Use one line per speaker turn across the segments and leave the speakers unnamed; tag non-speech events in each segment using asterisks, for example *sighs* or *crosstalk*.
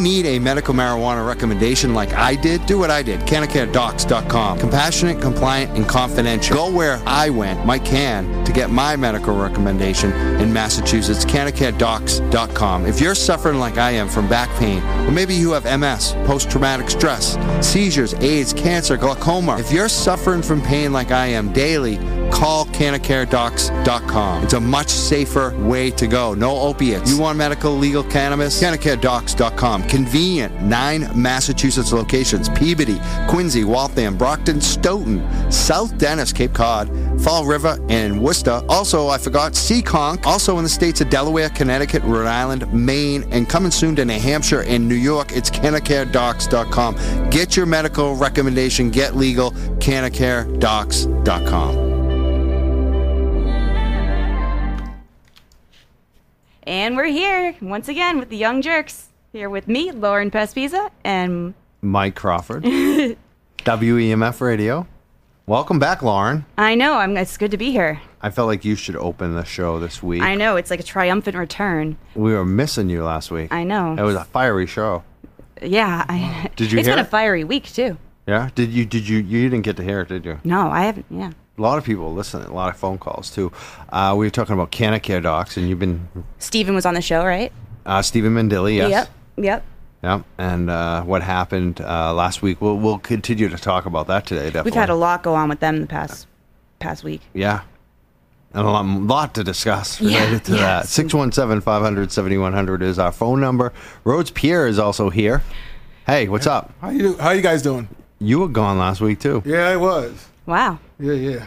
need a medical marijuana recommendation like I did, do what I did. CanacareDocs.com. Compassionate, compliant, and confidential. Go where I went, Mike Can, to get my medical recommendation in Massachusetts. CanacareDocs.com. If you're suffering like I am from back pain, or maybe you have MS, post-traumatic stress, seizures, AIDS, cancer, glaucoma. If you're suffering from pain like I am daily, call canacaredocs.com. It's a much safer way to go. No opiates. You want medical legal cannabis? canacaredocs.com. Convenient. Nine Massachusetts locations. Peabody, Quincy, Waltham, Brockton, Stoughton, South Dennis, Cape Cod, Fall River, and Worcester. Also, I forgot Seekonk. Also in the states of Delaware, Connecticut, Rhode Island, Maine, and coming soon to New Hampshire and New York. It's canacaredocs.com. Get your medical recommendation. Get legal. canacaredocs.com.
And we're here once again with the Young Jerks. Here with me, Lauren Pespisa, and
Mike Crawford, *laughs* WEMF Radio. Welcome back, Lauren.
I know I'm. It's good to be here.
I felt like you should open the show this week.
I know it's like a triumphant return.
we were missing you last week.
I know.
It was a fiery show.
Yeah. *laughs* I,
Did you
It's
hear
been a
it?
fiery week too.
Yeah. Did you? Did you? You didn't get to hear it, did you?
No, I haven't. Yeah.
A lot of people listen. A lot of phone calls too. Uh, we were talking about Canacare docs, and you've been
Steven was on the show, right?
uh, Stephen Mendili. Yes.
Yep. Yep.
Yep. And uh, what happened uh, last week? We'll we'll continue to talk about that today. Definitely.
We've had a lot go on with them the past past week.
Yeah. And a lot, lot to discuss related
Yeah,
to that.
yes.
617 500 7100 is our phone number. Rhodes Pierre is also here. Hey, what's up?
How you do, how you guys doing?
You were gone last week, too.
Yeah, I was.
Wow.
Yeah, yeah.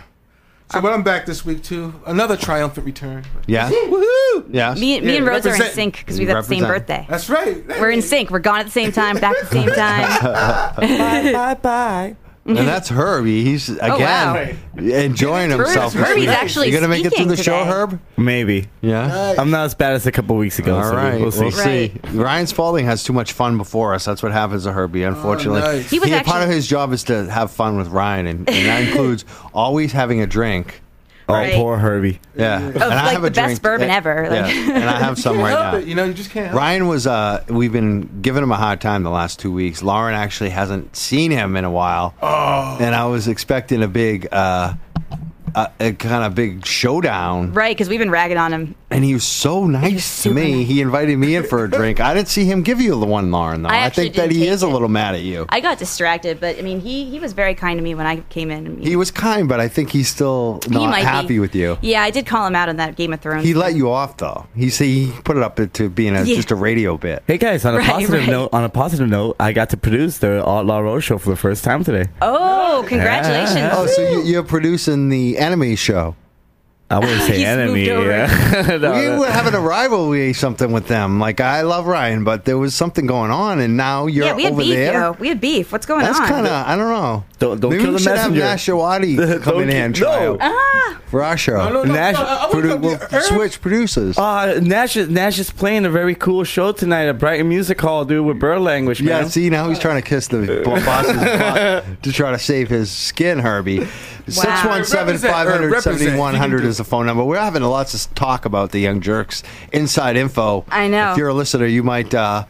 So, but I'm back this week too. Another triumphant return.
Yeah.
Woohoo!
Yes.
Me, me
Yeah,
and Rhodes are in
represent.
sync because we got the same
Represent.
birthday.
That's right.
We're in sync. We're gone at the same time, back at
*laughs*
the same time.
bye bye.
and that's Herb. He's,
Oh, wow.
again, enjoying
Herb-
himself.
Herb
this
is
week.
actually
You going to make it through
speaking
the show,
today.
Herb?
Maybe.
Yeah.
I'm not as bad as a couple weeks ago.
All
so
right.
We'll see.
We'll see. Ryan Spaulding has too much fun before us. That's what happens to Herbie, unfortunately.
Oh, nice.
He was
part of
actually-
his job is to have fun with Ryan, and, and that
*laughs*
includes always having a drink.
Oh,
Right.
poor Herbie.
Yeah, and
like, the best bourbon
Yeah,
ever, like-
yeah, and I have
*laughs*
some right now.
*laughs* You know, you just can't. help
Ryan was. Uh, we've been giving him a hard time the last two weeks. Lauren actually hasn't seen him in a while, oh. and I was expecting a big, uh, a, a kind of big showdown.
*laughs* right, because we've been ragging on him.
And he was so nice to
super
me.
nice.
He invited me in for a drink. I didn't see him give you the one, Lauren. Though
I
I,
actually
think that
didn't
he
take
is a
it.
little mad at you.
I got distracted, but I mean, he he was very kind to me when I came in. I mean,
he was kind, but I think he's still not
be.
happy with you.
Yeah, I did call him out on that Game of Thrones.
He let you off though. He see, he put it up to being a,
Yeah.
just a radio bit.
Hey guys, on a
Right,
positive
right.
note, on a positive note, I got to produce the Outlaw Road show for the first time today.
*laughs*
Oh, congratulations!
Yeah.
Oh, so you, you're producing the enemy show.
I wouldn't
*laughs*
say
He's
enemy.
moved over.
Yeah. *laughs* No,
We
no.
were having a rivalry, something with them. Like I love Ryan, but there was something going on, and now you're
yeah, we had
over
beef,
there.
yo. We had beef. What's going
That's
on?
kind of I don't know.
Don't- don't
Maybe
kill
we
the
should
messenger.
have
*laughs*
Nashawati
Don't
coming in and
kill-
try
Oh.
no.
out
Ah.
for our show.
No, no, no.
Nash-
no, I- I wouldn't
Produ-
come
we'll
to Herb.
switch producers.
Uh, Nash is Nash is playing a very cool show tonight at Brighton Music Hall, dude, with Bird Language, man.
yeah, see now he's trying to kiss the bo- boss's butt to try to save his skin, Herbie. Six one seven five hundred seventy one hundred is the phone number. We're having lots of talk about the young jerks inside info.
I know.
If you're a listener, you might uh,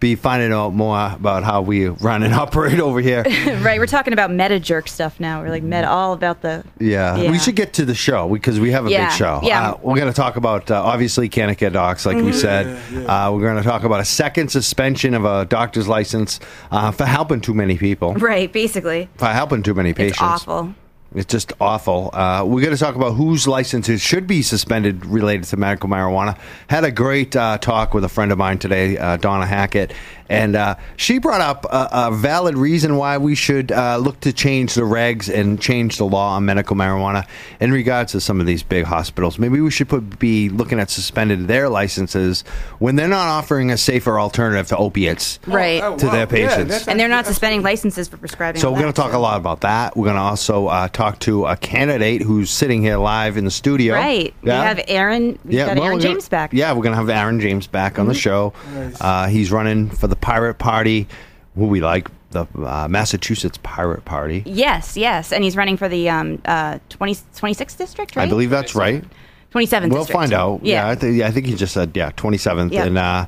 be finding out more about how we run and *laughs* operate over here.
*laughs* right, we're talking about meta jerk stuff now. We're like meta, all about the.
Yeah. we should get to the show because we have a
Yeah,
big show.
yeah. Mm-hmm.
Uh, we're going to talk about uh, obviously Canica docs, like we said. Uh, we're going to talk about a second suspension of a doctor's license uh, for helping too many people,
Right, basically,
for helping too many
it's
patients.
awful.
It's just awful. Uh, we're going to talk about whose licenses should be suspended related to medical marijuana. Had a great uh, talk with a friend of mine today, uh, Donna Hackett, and uh, she brought up a, a valid reason why we should uh, look to change the regs and change the law on medical marijuana in regards to some of these big hospitals. Maybe we should put, be looking at suspended their licenses when they're not offering a safer alternative to opiates.
Right,
Oh,
to their patients.
that's
and they're not
actually-
suspending licenses for prescribing.
So we're going
all
to talk a lot about that. We're going to also uh, talk to a candidate who's sitting here live in the studio.
that. Right,
Yeah.
we have Aaron. We
well,
got Aaron
we're gonna-
James back. Mm-hmm.
Yeah, we're going to have Aaron James back on the show. Uh, he's running for the Pirate Party, who we like, the uh, Massachusetts Pirate Party.
Yes, yes, and he's running for the um uh 20, 26th district, right?
I believe that's right.
twenty seventh.
We'll find out. Yeah, I, think yeah I think he just said yeah, 27th,
Yeah.
and uh,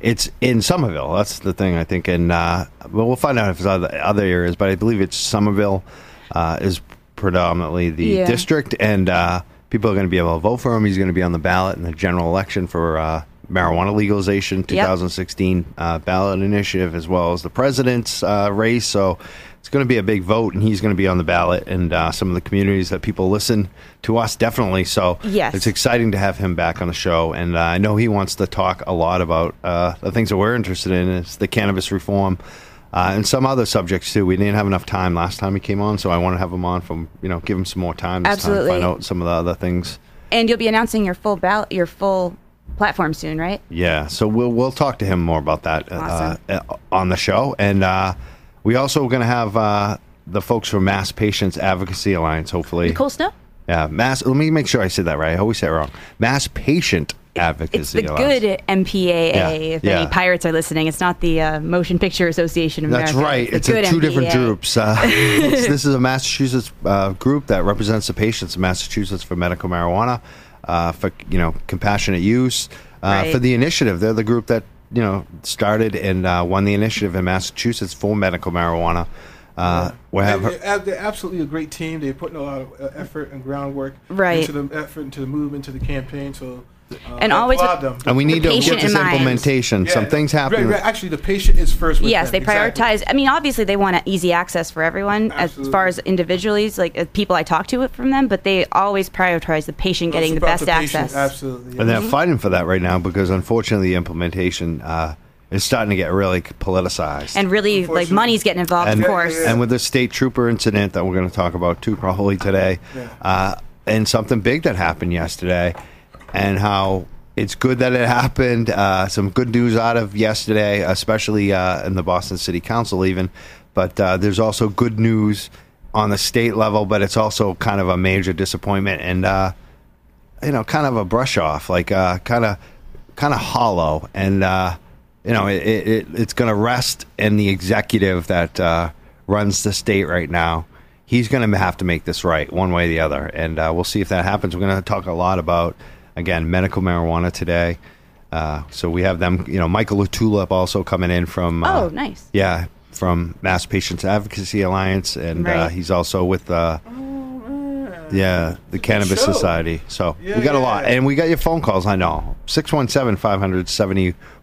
It's in Somerville. That's the thing I think, and uh, well, we'll find out if it's other other areas, but I believe it's Somerville uh, is predominantly the
Yeah.
district, and uh, people are going to be able to vote for him. He's going to be on the ballot in the general election for uh, marijuana legalization, 2016 uh, ballot initiative, as well as the president's uh, race. So it's going to be a big vote, and he's going to be on the ballot. And uh, some of the communities that people listen to us definitely. So
Yes.
it's exciting to have him back on the show, and uh, I know he wants to talk a lot about uh, the things that we're interested in, is the cannabis reform uh, and some other subjects too. We didn't have enough time last time he came on, so I want to have him on from you know give him some more time. This
Absolutely.
time, find out some of the other things.
And you'll be announcing your full ballot, your full platform soon, right?
Yeah, so we'll we'll talk to him more about that uh,
Awesome.
uh, on the show, and uh, we also going to have uh, the folks from Mass Patients Advocacy Alliance. Hopefully,
Cool snow.
Yeah, Mass. Let me make sure I said that right. I always say it wrong. Mass Patient Advocacy.
It's the
Alliance.
good MPAA.
Yeah,
If
yeah.
any pirates are listening, it's not the uh, Motion Picture Association of
That's
America.
right.
the
It's a
good
two different
MPAA.
groups. *laughs* Uh,
*laughs*
it's- this is a Massachusetts uh, group that represents the patients in Massachusetts for medical marijuana, uh, for you know compassionate use, uh,
Right.
for the initiative. They're the group that you know started and uh, won the initiative in Massachusetts for medical marijuana. Uh, we have
They're, ab- they're absolutely a great team. They're putting a lot of uh, effort and groundwork
Right.
into the effort, into the movement, into the campaign. So, uh,
And
I
always with-
applaud them.
and we need to
patient
get this
in mind.
implementation.
Yeah,
Some things
right,
happen.
right. Actually, the patient is first. With
Yes,
them.
they
Exactly.
prioritize. I mean, obviously, they want easy access for everyone as
Absolutely.
far as individually, it's like uh, people I talk to from them, but they always prioritize the
It's
patient getting the
about
best
patient,
access.
Absolutely.
And
yeah.
they're fighting for that right now because unfortunately the implementation uh, is starting to get really politicized.
And really, like,
Unfortunately.
money's getting involved,
and,
of course.
yeah.
and with the state trooper incident that we're going to talk about too probably today,
Yeah.
uh, and something big that happened yesterday, and how it's good that it happened. Uh, some good news out of yesterday, especially uh, in the Boston City Council, even. But uh, there's also good news on the state level, but it's also kind of a major disappointment and. Uh, you know, kind of a brush off, like uh, kind of kind of hollow, and uh, you know, it, it, it- it's going to rest in the executive that uh, runs the state right now. He's going to have to make this right one way or the other, and uh, we'll see if that happens. We're going to talk a lot about again medical marijuana today. Uh, so we have them, you know, Michael Lutulip also coming in from. Uh,
Oh, nice.
Yeah, from Mass Patients Advocacy Alliance, and uh,
Right.
he's also with. Uh, yeah, the Cannabis
show.
Society. So we
Yeah,
got a
yeah.
lot. And we got your phone calls, I know. 617 500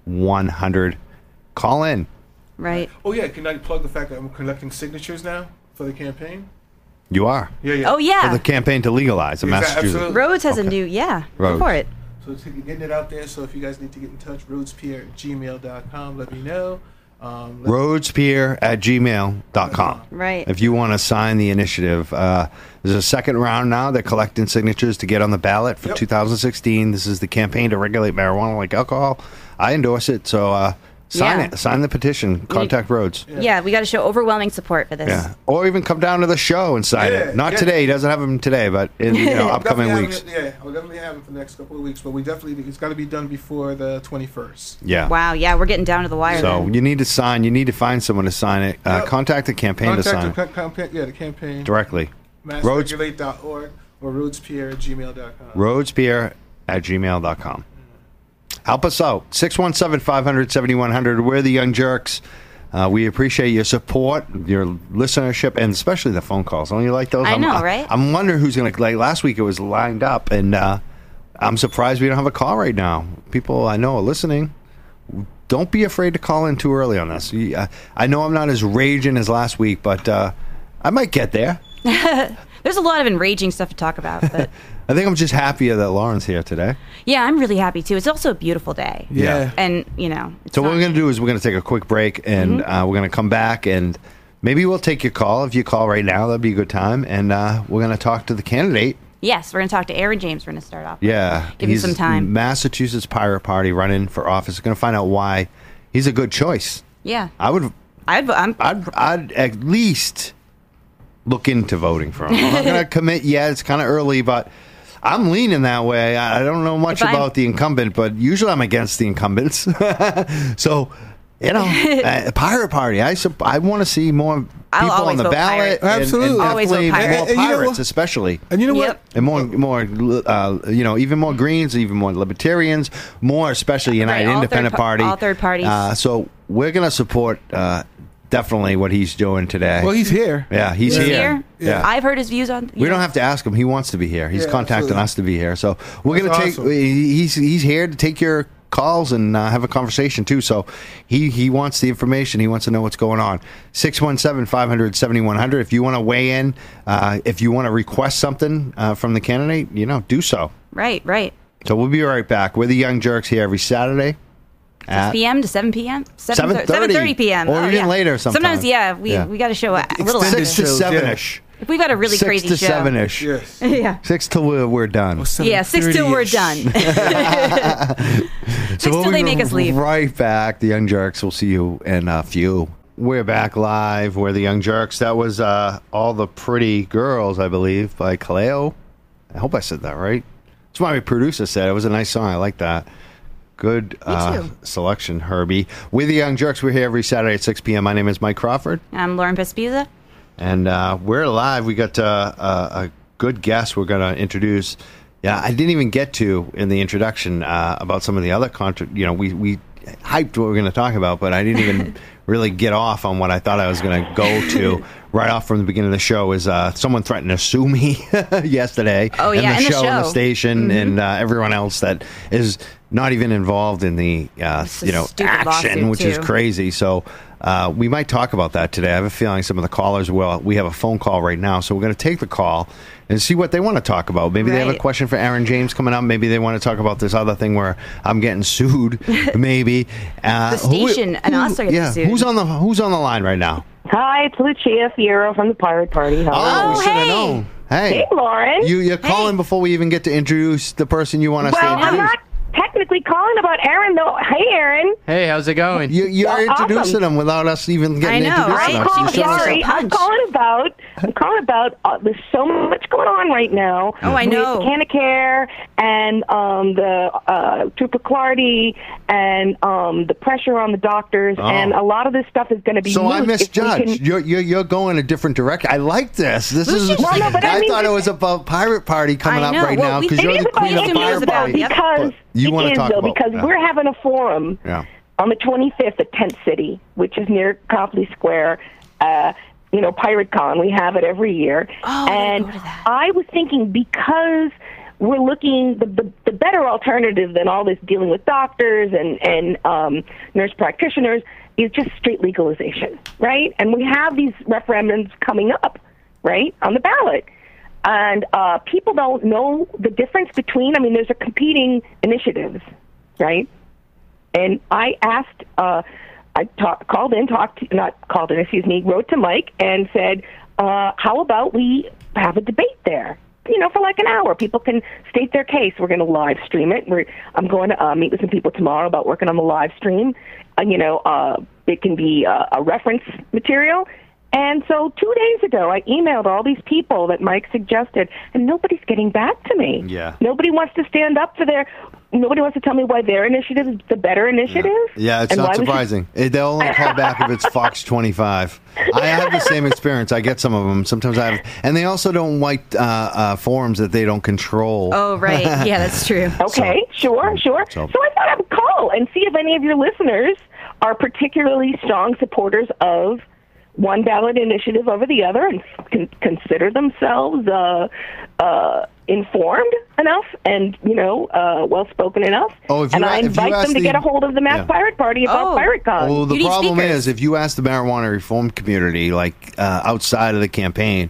7100. Call in.
Right.
Oh yeah, can I plug the fact that I'm collecting signatures now for the campaign?
You are.
Yeah, yeah.
Oh,
For
yeah.
the campaign to legalize in
Exact-
Massachusetts.
absolutely.
Rhodes has
Okay.
a new, yeah, go
Rhodes.
for it.
So it's getting it out there. So if you guys need to get in touch, roadspierre at gmail.com, let me know. Um, let-
Roadspear at gmail.com.
Right.
If you want to sign the initiative, uh, there's a second round now. They're collecting signatures to get on the ballot for
Yep.
2016. This is the campaign to regulate marijuana like alcohol. I endorse it. So uh, sign
Yeah.
it. Sign the petition. Contact Rhodes.
Yeah, we got to show overwhelming support for this.
Yeah, or even come down to the show and sign
Yeah,
it. Not
yeah.
today. He doesn't have them today, but in
*laughs*
you know, upcoming
Definitely
weeks.
have it- yeah, we'll definitely have it for the next couple of weeks, but we definitely it's got to be done before the 21st.
Yeah.
Wow, yeah, we're getting down to the wire.
So
then.
you need to sign. You need to find someone to sign it. Uh,
Yep.
Contact the campaign to sign
Contact the
it
ca- campaign, yeah, the campaign,
directly. Roads-
massregulate.org or roadspierre at gmail.com.
Roadspierre at gmail.com. Help us out. 617 500 7100. We're the Young Jerks. Uh, we appreciate your support, your listenership, and especially the phone calls. Don't you like those?
I
I'm-
know, right?
I'm wondering who's going to, like last week it was lined up, and uh, I'm surprised we don't have a call right now. People I know are listening. Don't be afraid to call in too early on this. You- I- I know I'm not as raging as last week, but uh, I might get there. *laughs*
*laughs* There's a lot of enraging stuff to talk about, but
I think I'm just happier that Lauren's here today.
yeah, I'm really happy too. It's also a beautiful day.
Yeah.
And, you know, it's
So what
not-
we're going to do is we're going to take a quick break, and
Mm-hmm.
uh, we're going to come back, and maybe we'll take your call if you call right now. That'd be a good time, and uh, we're going to talk to the candidate.
Yes, we're going to talk to Aaron James. We're going to start off.
Yeah,
Give him some time.
Massachusetts Pirate Party running for office. Going to find out why he's a good choice.
Yeah.
I would,
I'd, vo- I'm,
I'd, I'd at least look into voting for him. I'm not
*laughs*
going to commit yet. It's kind of early, but. I'm leaning that way. I I don't know much
If I'm-
about the incumbent, but usually I'm against the incumbents. *laughs* so You know,
*laughs*
a pirate party. I sup- I want to see more people
I'll
on
always
the
vote
ballot.
pirate.
and- and
Absolutely.
Always vote
definitely
pirate.
more
And- and you know
pirates,
what?
especially.
And you know what?
Yep.
And more, more, uh, you know, even more Greens, even more Libertarians, more especially United
all third
Independent
par-
Party,
all third parties.
Uh, so we're going to support uh, definitely what he's doing today.
Well, he's here.
yeah, he's
He's
here.
here.
Yeah.
I've heard his views on.
we don't have to ask him. He wants to be here. He's
Yeah,
contacting
absolutely.
us to be here. So we're
That's
going to take.
awesome.
He's he's here to take your calls and uh, have a conversation too. So he he wants the information. He wants to know what's going on. 617-500-7100. If you want to weigh in, uh, if you want to request something uh, from the candidate, you know, do so.
Right, right.
So we'll be right back. We're the Young Jerks here every Saturday. at-
p.m. to 7 p.m. 7
7:30.
7:30 p.m.
Uh, Or
oh,
even
yeah.
later
Sometimes,
sometimes.
yeah, we,
Yeah.
we got to show a little
Extended
after.
six to
shows, yeah.
seven ish.
If we've got a really
six
crazy
to
show.
seven ish.
Yes.
*laughs* yeah.
Six till we're, we're done.
Yeah, six till we're done. *laughs*
So
Six till
we'll
they
be
make us leave.
Right back, the Young Jerks. We'll see you in a few. We're back live. We're the Young Jerks. That was uh, all the pretty girls, I believe, by Kaleo. I hope I said that right. That's what my producer said. It was a nice song. I like that. Good uh,
too.
selection, Herbie. We're the Young Jerks. We're here every Saturday at 6 p.m. My name is Mike Crawford,
I'm Lauren Pespiza.
and uh, we're live. We got uh, a, a good guest we're going to introduce. Yeah, I didn't even get to in the introduction uh, about some of the other contra- You know, we we hyped what we are going to talk about, but I didn't even
*laughs*
really get off on what I thought I was going to go to right off from the beginning of the show. Is uh, someone threatened to sue me *laughs* yesterday?
Oh,
and
yeah,
the
and
show, and
the
the
show. Mm-hmm.
station, and uh, everyone else that is not even involved in the uh,
It's a
you know
stupid
action,
lawsuit,
which is
too.
crazy crazy. So uh, we might talk about that today. I have a feeling some of the callers will. We have a phone call right now, so we're going to take the call and see what they want to talk about. Maybe they have a
Right.
question for Aaron James coming up. Maybe they want to talk about this other thing where I'm getting
*laughs*
sued. Maybe uh,
The station and us are getting
yeah,
sued.
Who's on the Who's on the line right now?
Hi, it's Lucia Fierro from the Pirate Party. How are
we
Oh,
should have
hey.
known. Hey,
you? Hey, Lauren.
you you're calling before we even get to introduce the person you want us
well,
to
I'm
introduce.
not technically calling about Aaron, though. Hey, Aaron.
Hey, how's it going?
You, you're
Well, awesome.
introducing them without us even getting
know,
introduced.
right?
I'm
them. You
calling,
showed us
sorry,
some
I'm
punch.
calling about. I'm calling about. Uh, there's so much going on right now.
Oh, I know.
With Canacare and um, the uh, Trooper Clardy and um, the pressure on the doctors, and a lot of this stuff is going to be.
Oh. So
moot
I
if we
misjudged.
can-
You're, you're you're going a different direction. I like this. This is.
Well, no, but I
I,
mean-
thought it was about pirate party coming
I
up
know.
right
Well,
now
we-
because
it
you're
is
the
about
queen of
Ethan knows
pirate
about
party.
Yep.
because
But you
it
wanna
is,
talk
though,
about-
because
yeah.
we're having a forum
Yeah.
on the 25th at Tent City, which is near Copley Square. Uh, you know, Pirate Con. We have it every year.
Oh, I
and
gotta go to that.
I was thinking because we're looking the, the the better alternative than all this dealing with doctors and and um, nurse practitioners is just straight legalization, right? And we have these referendums coming up, right, on the ballot. And uh, people don't know the difference between. I mean, there's a competing initiatives, right? And I asked, uh, I ta- called in, talked, to, not called in, excuse me, wrote to Mike and said, uh, how about we have a debate there? You know, for like an hour, people can state their case. We're going to live stream it. We're, I'm going to uh, meet with some people tomorrow about working on the live stream. Uh, you know, uh, it can be uh, a reference material. And so two days ago, I emailed all these people that Mike suggested, and nobody's getting back to me.
Yeah.
Nobody wants to stand up for their. Nobody wants to tell me why their initiative is the better initiative.
Yeah, it's
and why
not
we should-
surprising. It- They'll only call back if it's
*laughs*
Fox 25. I have the same experience. I get some of them. Sometimes I have, and they also don't like uh, uh, forums that they don't control. *laughs*
Oh, right. Yeah, that's true.
Okay, sure, sure.
so-
So, I thought I would call and see if any of your listeners are particularly strong supporters of one ballot initiative over the other and con- consider themselves uh, uh, informed enough and, you know, uh, well spoken enough.
Oh, if you
and
a-
I
if you
invite
ask
them to
the-
get a hold of the Mass
Yeah.
Pirate Party about
Oh.
Pirate Con.
Well, the
You need
problem
speakers.
is if you ask the marijuana reform community, like uh, outside of the campaign,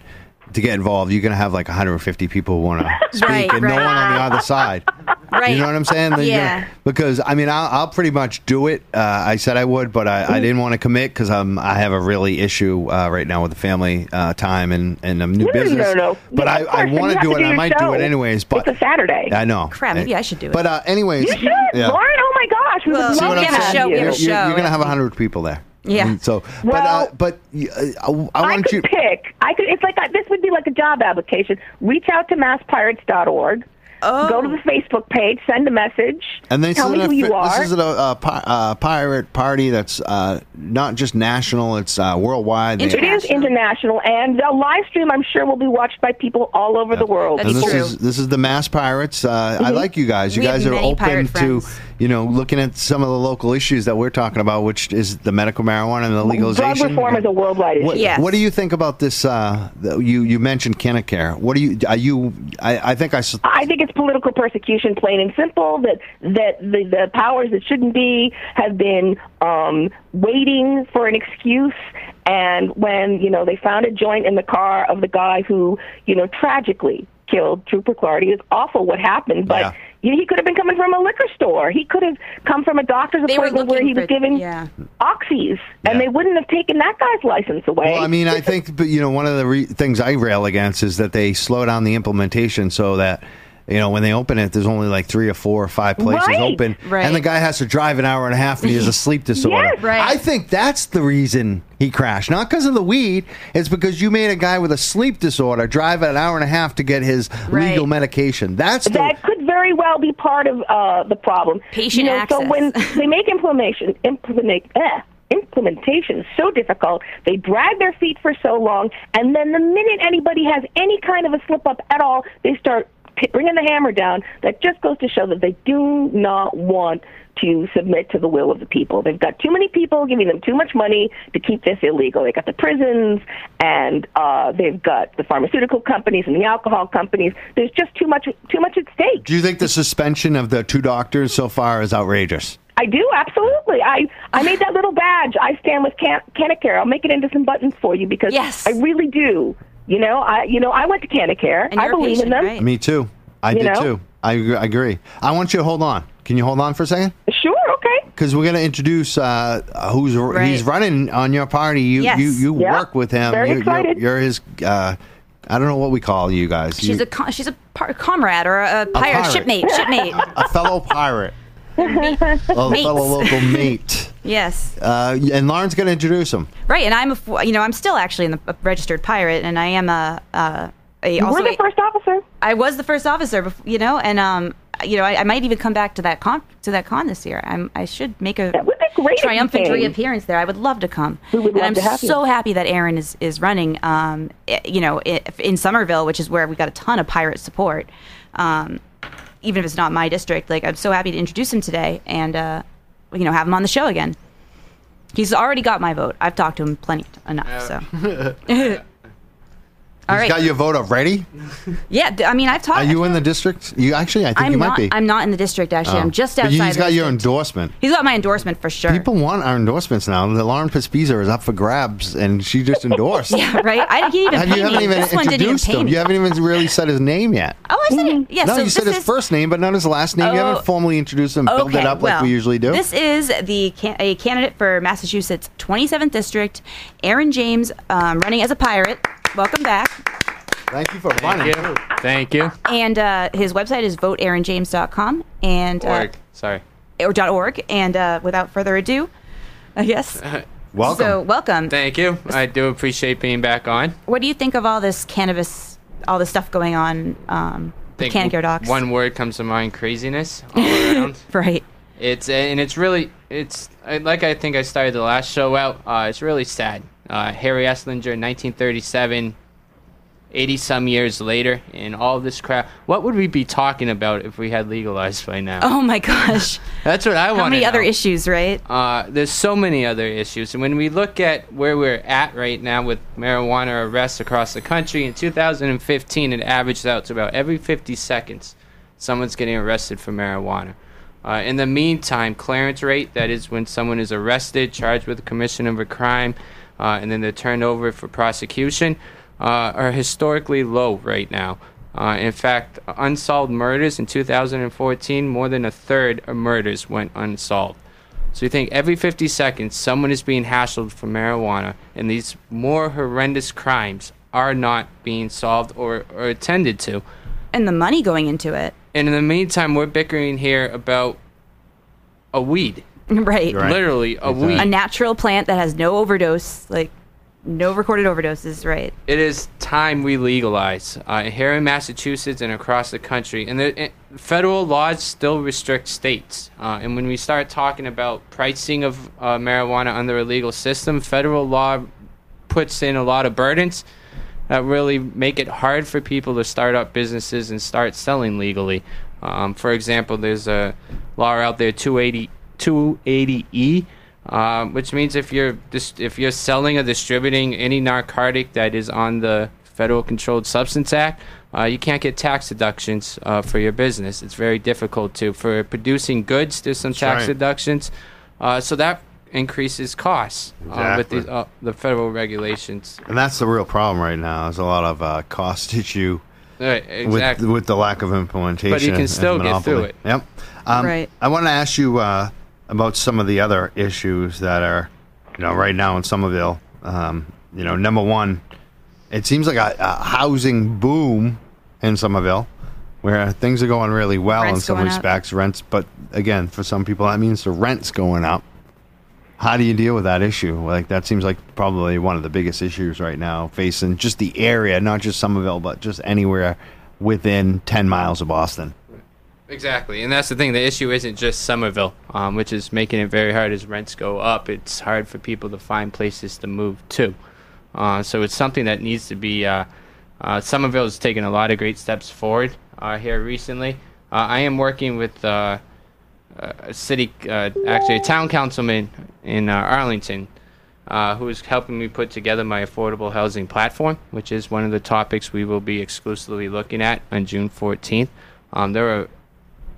to get involved, you're going to have like 150 people who
*laughs*
want to speak,
Right,
and no
right.
one on the other
*laughs*
side.
Right.
You know what I'm saying? Then you're gonna-
Yeah.
because I mean, I'll, I'll pretty much do it. Uh, I said I would, but I, I didn't want to commit because I'm I have a really issue uh, right now with the family uh, time and and a new
No, no,
business.
no, no.
But
Yeah,
I,
of
I
course, and
want
you
to
have
do
to
it.
do
I
your
might do it
show.
anyways. But
It's a Saturday.
I know.
Crap, maybe I should do it.
But uh, anyways,
You should, Lauren. Oh my gosh, we
Well,
would
See
love
what
to
I'm
have
saying?
you.
we have a
You're,
show.
you're gonna have hundred people there.
Yeah.
And so, but
Well,
uh, but uh, I, I
I
want
could
you.
pick. I could. It's like I, this would be like a job application. Reach out to masspirates.org
Oh.
Go to the Facebook page, send a message,
And they
tell
said
me
that
who you
fi-
are.
This is a, a, pi- a pirate party that's uh, not just national; it's uh, worldwide. They-
it is international, and the live stream, I'm sure, will be watched by people all over the world.
That's
and this
true.
is this is the Mass Pirates. Uh,
Mm-hmm.
I like you guys. You
We have
guys are
many
open
pirate
to
friends.
you know looking at some of the local issues that we're talking about, which is the medical marijuana and the legalization.
Drug reform is a worldwide issue.
What,
Yes.
what do you think about this? Uh, the- you you mentioned Kinnacare. What do you are you? I, I think I s-
I think it's political persecution, plain and simple. That that the, the powers that shouldn't be have been um, waiting for an excuse. And when you know they found a joint in the car of the guy who you know tragically killed Trooper Clardy, it's awful what happened. But
Yeah.
you know, he could have been coming from a liquor store. He could have come from a doctor's
They were
appointment where
looking
he was
for-
given
yeah.
oxys, and
Yeah.
they wouldn't have taken that guy's license away.
Well, I
*laughs*
mean, I think, but you know, one of the re- things I rail against is that they slow down the implementation so that. You know, when they open it, there's only like three or four or five places
Right.
open,
Right.
and the guy has to drive an hour and a half, and he has
*laughs*
a sleep disorder.
Yes.
Right.
I think that's the reason he crashed, not because of the weed. It's because you made a guy with a sleep disorder drive an hour and a half to get his
Right.
legal medication. That's the,
that could very well be part of uh, the problem.
Patient
you know, So
access. *laughs*
when they make implementation implement, eh, implementation so difficult, they drag their feet for so long, and then the minute anybody has any kind of a slip up at all, they start p- bringing the hammer down. That just goes to show that they do not want to submit to the will of the people. They've got too many people giving them too much money to keep this illegal. They've got the prisons and uh, they've got the pharmaceutical companies and the alcohol companies. There's just too much too much at stake.
Do you think the suspension of the two doctors so far is outrageous?
I do absolutely. I I made that little badge. I stand with Can- Canacare. I'll make it into some buttons for you because
Yes.
I really do. You know, I you know I went to Canacare.
And
I
you're a
believe in
patient,
them.
right?
Me too. I
You
did
know?
too. I, agree- I agree. I want you to hold on. Can you hold on for a second?
Sure, okay.
Because we're going to introduce uh, who's he's
Right.
running on your party. You
Yes.
you, you
Yeah.
work with him.
Very
you,
excited.
You're, you're his. Uh, I don't know what we call you guys.
She's
You-
a co- she's a par- comrade or a, a pirate,
pirate.
shipmate
*laughs*
shipmate.
a fellow
*laughs*
pirate, a fellow local mate.
yes,
Uh, and Lauren's going to introduce him.
right. And I'm a f- you know I'm still actually in the, a registered pirate, and I am a a, a also
We're the
a-
first officer.
I was the first officer, bef- you know, and um, you know, I, I might even come back to that con to that con this year. I'm, I should make a
That would be great if you
triumphant
came.
reappearance there. I would love to come.
We would
and
love
I'm
to have you.
so happy that Aaron is is running. Um, i- you know, i- in Somerville, which is where we got a ton of pirate support. Um, even if it's not my district, like I'm so happy to introduce him today and uh, you know have him on the show again. He's already got my vote. I've talked to him plenty enough. So. All
He's
right.
got your vote already.
yeah, d- I mean, I've talked.
Are you in the district? You actually, I think
I'm
you might
not.
be. Oh.
I'm not in the district actually. I'm just
But
outside.
you- he's
the
got your
district.
endorsement.
He's got my endorsement
*laughs*
for sure. *laughs*
People want our endorsements now. The Lauren Pespisa is up for grabs, and she
*laughs*
just endorsed.
yeah, right. I didn't he didn't
Have you
even pay
haven't
me.
even
this one didn't even
introduced
pay
him?
me.
You haven't even really said his name yet.
oh, I said it. Yes.
no,
so
you said
this
his
is,
first name, but not his last name. you
Oh.
haven't formally introduced him, build
okay,
it up
well,
like we usually do.
This is the can- a candidate for Massachusetts 27th district, Aaron James, um, running as a pirate. Welcome back.
Thank you for running.
Thank you. Thank you.
And uh, his website is voteaaronjames.com and uh,
Org. Sorry.
or dot .org. And uh, without further ado,
*laughs*
I guess.
Welcome.
So welcome.
Thank you. I do appreciate being back on.
What do you think of all this cannabis, all this stuff going on? Um, with
Think
Canacare docs.
One word comes to mind:
*laughs*
craziness. All around.
right.
It's uh, and it's really it's I- like I think I started the last show out. Uh, it's really sad. Uh, Harry Esslinger, 1937, 80 some years later, and all this crap. What would we be talking about if we had legalized by now?
Oh my gosh.
That's what I want.
How many other issues, right?
Uh, there's so many other issues. And when we look at where we're at right now with marijuana arrests across the country, in 2015, it averaged out to about every 50 seconds someone's getting arrested for marijuana. Uh, in the meantime, clearance rate, that is when someone is arrested, charged with the commission of a crime, uh, and then they're turned over for prosecution, uh, are historically low right now. Uh, in fact, unsolved murders in 2014, more than a third of murders went unsolved. So you think every 50 seconds someone is being hassled for marijuana, and these more horrendous crimes are not being solved or, or attended to.
And the money going into it. *laughs*
And in the meantime, we're bickering here about a weed,
Right.
Right.
literally a
Exactly.
weed.
A natural plant that has no overdose. Like, no recorded overdoses, right?
it is time we legalize uh, here in Massachusetts and across the country. And the and federal laws still restrict states. Uh, and when we start talking about pricing of uh, marijuana under a legal system, federal law puts in a lot of burdens that really make it hard for people to start up businesses and start selling legally. Um, for example, there's a law out there 280 280e, um, which means if you're dis- if you're selling or distributing any narcotic that is on the Federal Controlled Substance Act, uh, you can't get tax deductions uh, for your business. It's very difficult to for producing goods. There's some tax
right.
deductions, uh, so that increases costs uh, with
Exactly.
the, uh, the federal regulations.
And that's the real problem right now. There's a lot of uh, *laughs* cost issue
Right, exactly.
with with the lack of implementation.
But you can
and
still get through
monopoly.
it.
Yep. Um,
Right.
I want to ask you uh, about some of the other issues that are, you know, right now in Somerville. Um, you know, number one, it seems like a, a housing boom in Somerville, where things are going really well in
Rent's
some
going up.
respects. Rents, but again, for some people, that means the rent's going up. How do you deal with that issue? Like that seems like probably one of the biggest issues right now facing just the area, not just Somerville, but just anywhere within ten miles of Boston.
Exactly, and that's the thing. The issue isn't just Somerville, um, which is making it very hard as rents go up. It's hard for people to find places to move to. Uh, so it's something that needs to be. Uh, uh, Somerville has taken a lot of great steps forward uh, here recently. Uh, I am working with uh, a city, uh, actually a town councilman in uh, Arlington, uh, who is helping me put together my affordable housing platform, which is one of the topics we will be exclusively looking at on June 14th. Um, there are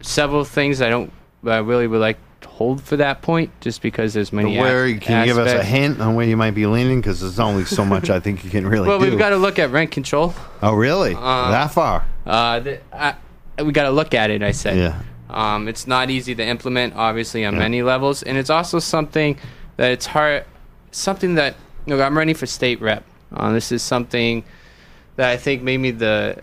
several things I don't that I really would like to hold for that point, just because there's many. a-
where can you give us a
aspects.
hint on where you might be leaning? Because there's only so much I think you can
*laughs*
really
Well,
do.
we've got to look at rent control.
oh, really? that far?
Uh, th- I, we got to look at it. I said.
Yeah.
Um, it's not easy to implement, obviously, on many levels, and it's also something that it's hard. Something that you know, I'm running for state rep. Uh, this is something that I think maybe the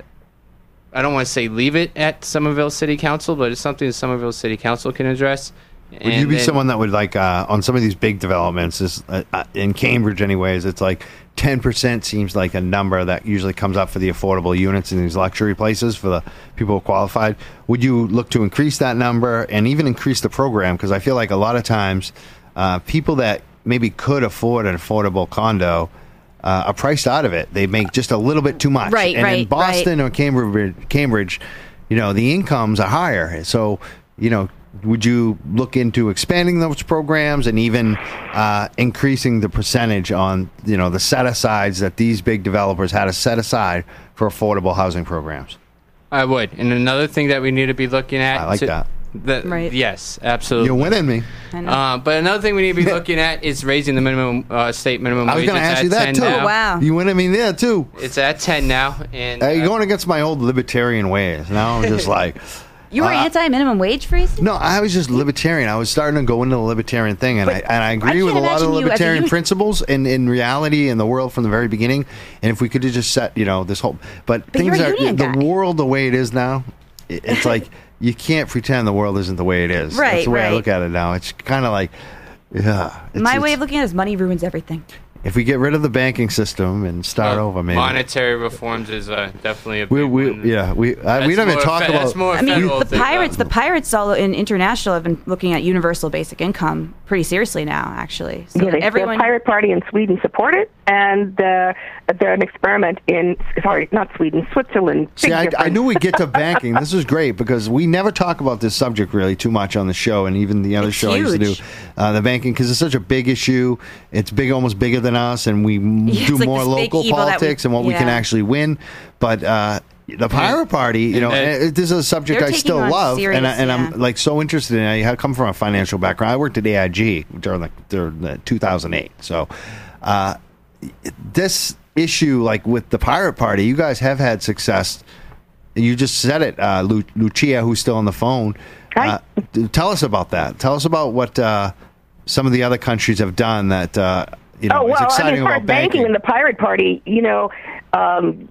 I don't want to say leave it at Somerville City Council, but it's something that Somerville City Council can address.
Would you be someone that would like uh, on some of these big developments? This, uh, uh, in Cambridge, anyways, it's like ten percent seems like a number that usually comes up for the affordable units in these luxury places for the people who are qualified. Would you look to increase that number and even increase the program? Because I feel like a lot of times uh, people that maybe could afford an affordable condo. Uh, are priced out of it. They make just a little bit too much.
Right,
and in
right, right.
Boston, or Cambridge, Cambridge, you know, the incomes are higher. So, you know, would you look into expanding those programs and even uh, increasing the percentage on, you know, the set asides that these big developers had to set aside for affordable housing programs?
I would. And another thing that we need to be looking at.
I like
to-
that.
the-
Right.
Yes, absolutely.
You're winning me.
I know.
Uh, but another thing we need to be
*laughs*
looking at is raising the minimum uh, state minimum
I was
wage.
going to
It's
ask
at
you that
10
too.
now.
Oh, Wow.
You winning me there too.
It's at ten now, and
Uh, you're
uh,
going against my old libertarian ways. Now I'm
*laughs*
just like.
you were
Uh,
anti minimum wage, Freeze?
No, I was just libertarian. I was starting to go into the libertarian thing, and I and I agree
I
with a
can't
lot of
imagine you as a
libertarian
youth-
principles and in reality in the world from the very beginning. And if we could have just set, you know, this whole but, things
you're a
are
union
the
guy.
world the way it is now. i- It's
*laughs*
like you can't pretend the world isn't the way it is. That's
Right,
the way I
right.
look at it now. It's kind of like, yeah. It's,
My way
it's-
of looking at it is money ruins everything.
if we get rid of the banking system and start over, maybe.
monetary reforms is uh, definitely a big
we,
one.
we, yeah, we, I, we
That's
don't even
more
talk
fe-
about.
that's more
I mean,
federal
the
thing,
pirates,
though.
the pirates, all in international have been looking at universal basic income pretty seriously now, actually. So
Yeah, they,
everyone,
the Pirate Party in Sweden support it, and uh, they're an experiment in sorry, not Sweden, Switzerland.
See,
Big
I, I
difference.
knew we'd get to banking. This is great because we never talk about this subject really too much on the show, and even the other
It's
show I used to
huge.
do, uh, the banking, because it's such a big issue. It's big, almost bigger than us, and we m
Yeah,
do
*laughs* it's like
more
this big
local
evil that we-
politics and what we can
yeah.
actually win. But uh, the Pirate Party, you know,
and-
eh, this is a subject
They're
I
taking
still
on
love,
serious,
and, I, and I'm
yeah.
like so interested in. it. I have come from a financial background. I worked at AIG during the, during the 2008, so. Uh, this issue, like with the Pirate Party, you guys have had success. You just said it, uh, Lu- Lucia, who's still on the phone. Uh,
Hi.
d- tell us about that. Tell us about what uh, some of the other countries have done that uh, you know
oh well,
is exciting
I mean, as far
about
as banking and the Pirate Party, you know, um,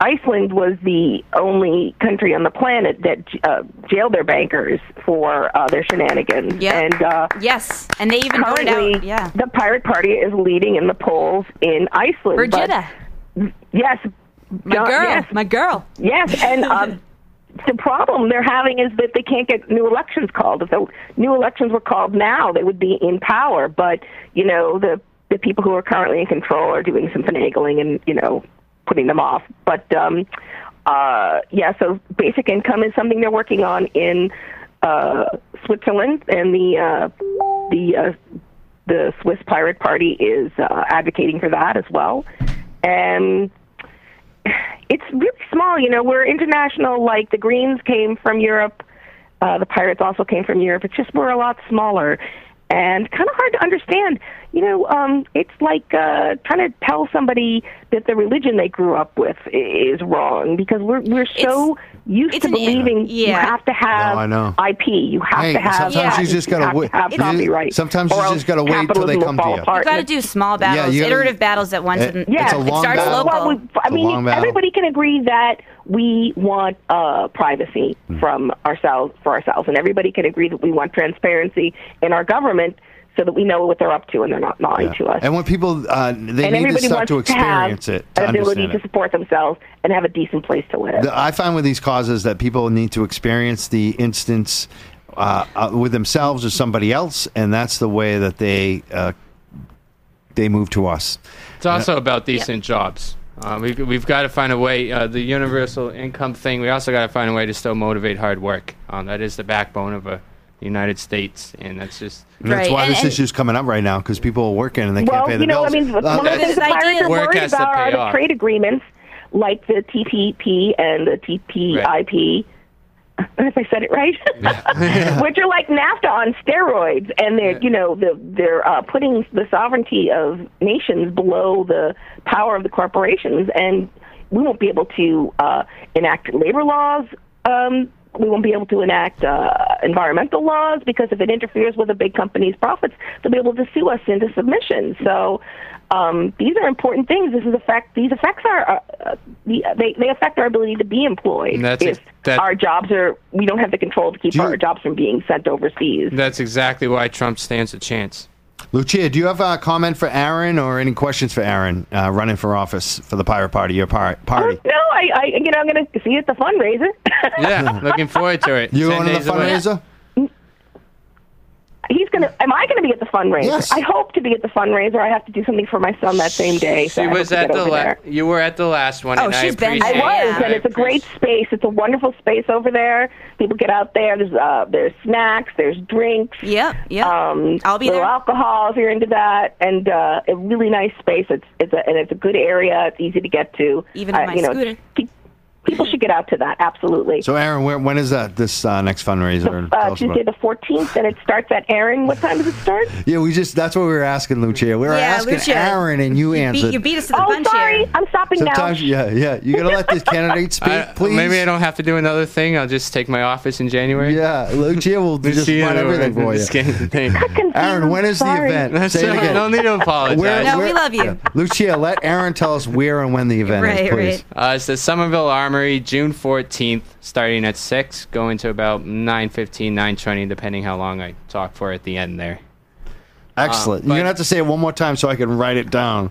Iceland was the only country on the planet that uh, jailed their bankers for uh, their shenanigans.
Yeah.
And uh,
Yes, and they even voted
currently,
out. Yeah,
the Pirate Party is leading in the polls in Iceland. but-
Brigida,
yes.
my
John-
girl,
Yes,
my girl.
Yes, and um, the problem they're having is that they can't get new elections called. If the new elections were called now, they would be in power. But you know, the the people who are currently in control are doing some finagling and you know putting them off. But um, uh, yeah, so basic income is something they're working on in uh, Switzerland, and the uh, the uh, the Swiss Pirate Party is uh, advocating for that as well. And it's really small. You know, we're international. Like the Greens came from Europe, uh, the Pirates also came from Europe. It's just we're a lot smaller and kind of hard to understand. You know, um, it's like uh, trying to tell somebody that the religion they grew up with i- is wrong because we're we're so used
it's
to
an in-
believing you
yeah.
have to have
No, I know.
IP, you have
Hey,
to have
sometimes you
patents,
just gotta
have
wait-
have
you-
copyright.
sometimes you
or
just
else
gotta wait till they
capitalism will
come to
fall
you.
apart.
You got to do small battles,
you gotta-
iterative battles at once.
It-
and
it's
a
it
long
starts
battle.
local.
Well, we, I
It's a long
mean,
battle.
everybody can agree that we want uh, privacy
Hmm.
from ourselves for ourselves, and everybody can agree that we want transparency in our government so that we know what they're up to and they're not lying to us.
And when people uh, they
And
need to
everybody wants
start to experience
have
it, to
an ability
understand
to
it.
support themselves and have a decent place to live.
The- I find with these causes that people need to experience the instance uh, uh, with themselves or somebody else, and that's the way that they uh, they move to us.
It's also about decent jobs. Uh, we've, we've got to find a way. Uh, the universal income thing. We also got to find a way to still motivate hard work. Um, that is the backbone of uh, the United States, and that's just
And That's
Right,
why
and-
this
and-
issue's coming up right now because people are working and they can't
well,
pay the
you know,
bills.
I mean,
Uh,
one of the things the
That's an
pirates
idea.
are
Work
worried
has to
about
pay
are the
off.
trade agreements, like the TPP and the TPIP. *laughs* If I said it right,
*laughs*
which are like NAFTA on steroids, and they're you know the, they're uh, putting the sovereignty of nations below the power of the corporations, and we won't be able to uh, enact labor laws. Um, we won't be able to enact uh, environmental laws because if it interferes with a big company's profits, they'll be able to sue us into submission. So um, these are important things. This is effect. These effects are uh, uh, the- they they affect our ability to be employed.
And that's
if
it. That-
our jobs are we don't have the control to keep
Do you-
our jobs from being sent overseas.
that's exactly why Trump stands a chance.
Lucia, do you have a comment for Aaron or any questions for Aaron uh, running for office for the Pirate Party? Your pirate party.
Uh, No, I, I you know I'm going to see you at the fundraiser.
*laughs*
*laughs*
Yeah, looking forward to it.
You
Ten
going to
days
the
away.
fundraiser?
He's going to. Am I going to be at the fundraiser?
Yes.
I hope to be at the fundraiser. I have to do something for my son that same day. so
She
I hope
was
to
at
get
the
over
la-
there.
you were at the last one.
Oh,
and
she's
I
been-
I
appreciate
Yeah.
was,
it.
and it's a great space. It's a wonderful space over there. People get out there. There's uh, there's snacks. There's drinks.
Yep, yep.
Um,
I'll be
little
there.
alcohol if you're into that, and uh, a really nice space. It's it's a, and it's a good area. It's easy to get to.
Even on
Uh,
my
you know,
scooter.
pe- People should get out to that. Absolutely.
So, Aaron, where, when is that? This uh, next fundraiser? Tell
uh,
us about
Tuesday
it.
the 14th, and it starts at Aaron. What time does it start?
*laughs* Yeah, we just that's what we were asking Lucia. We were
Yeah,
asking
Lucia.
Aaron and you,
You
answered.
beat, you beat us to the
oh,
punch
sorry.
here.
I'm stopping
Sometimes,
now.
yeah, yeah. You gotta let this candidate speak,
*laughs* I- uh,
please.
Maybe I don't have to do another thing. I'll just take my office in January.
Yeah,
*laughs*
Lucia will just
See you
run
in a-
everything for you.
just
*laughs*
kidding. Thank you.
Confused.
Aaron, when is
Sorry.
the event?
That's
Say it
it.
again.
No need to apologize.
Where-
No, we
where-
love you.
Lucia, let Aaron tell us where and when the event is,
Right,
please.
Uh, it's the Somerville Armory, June 14th, starting at 6, going to about 9.15, 9.20, depending how long I talk for at the end there.
Excellent.
Uh,
You're
but-
gonna have to say it one more time so I can write it down.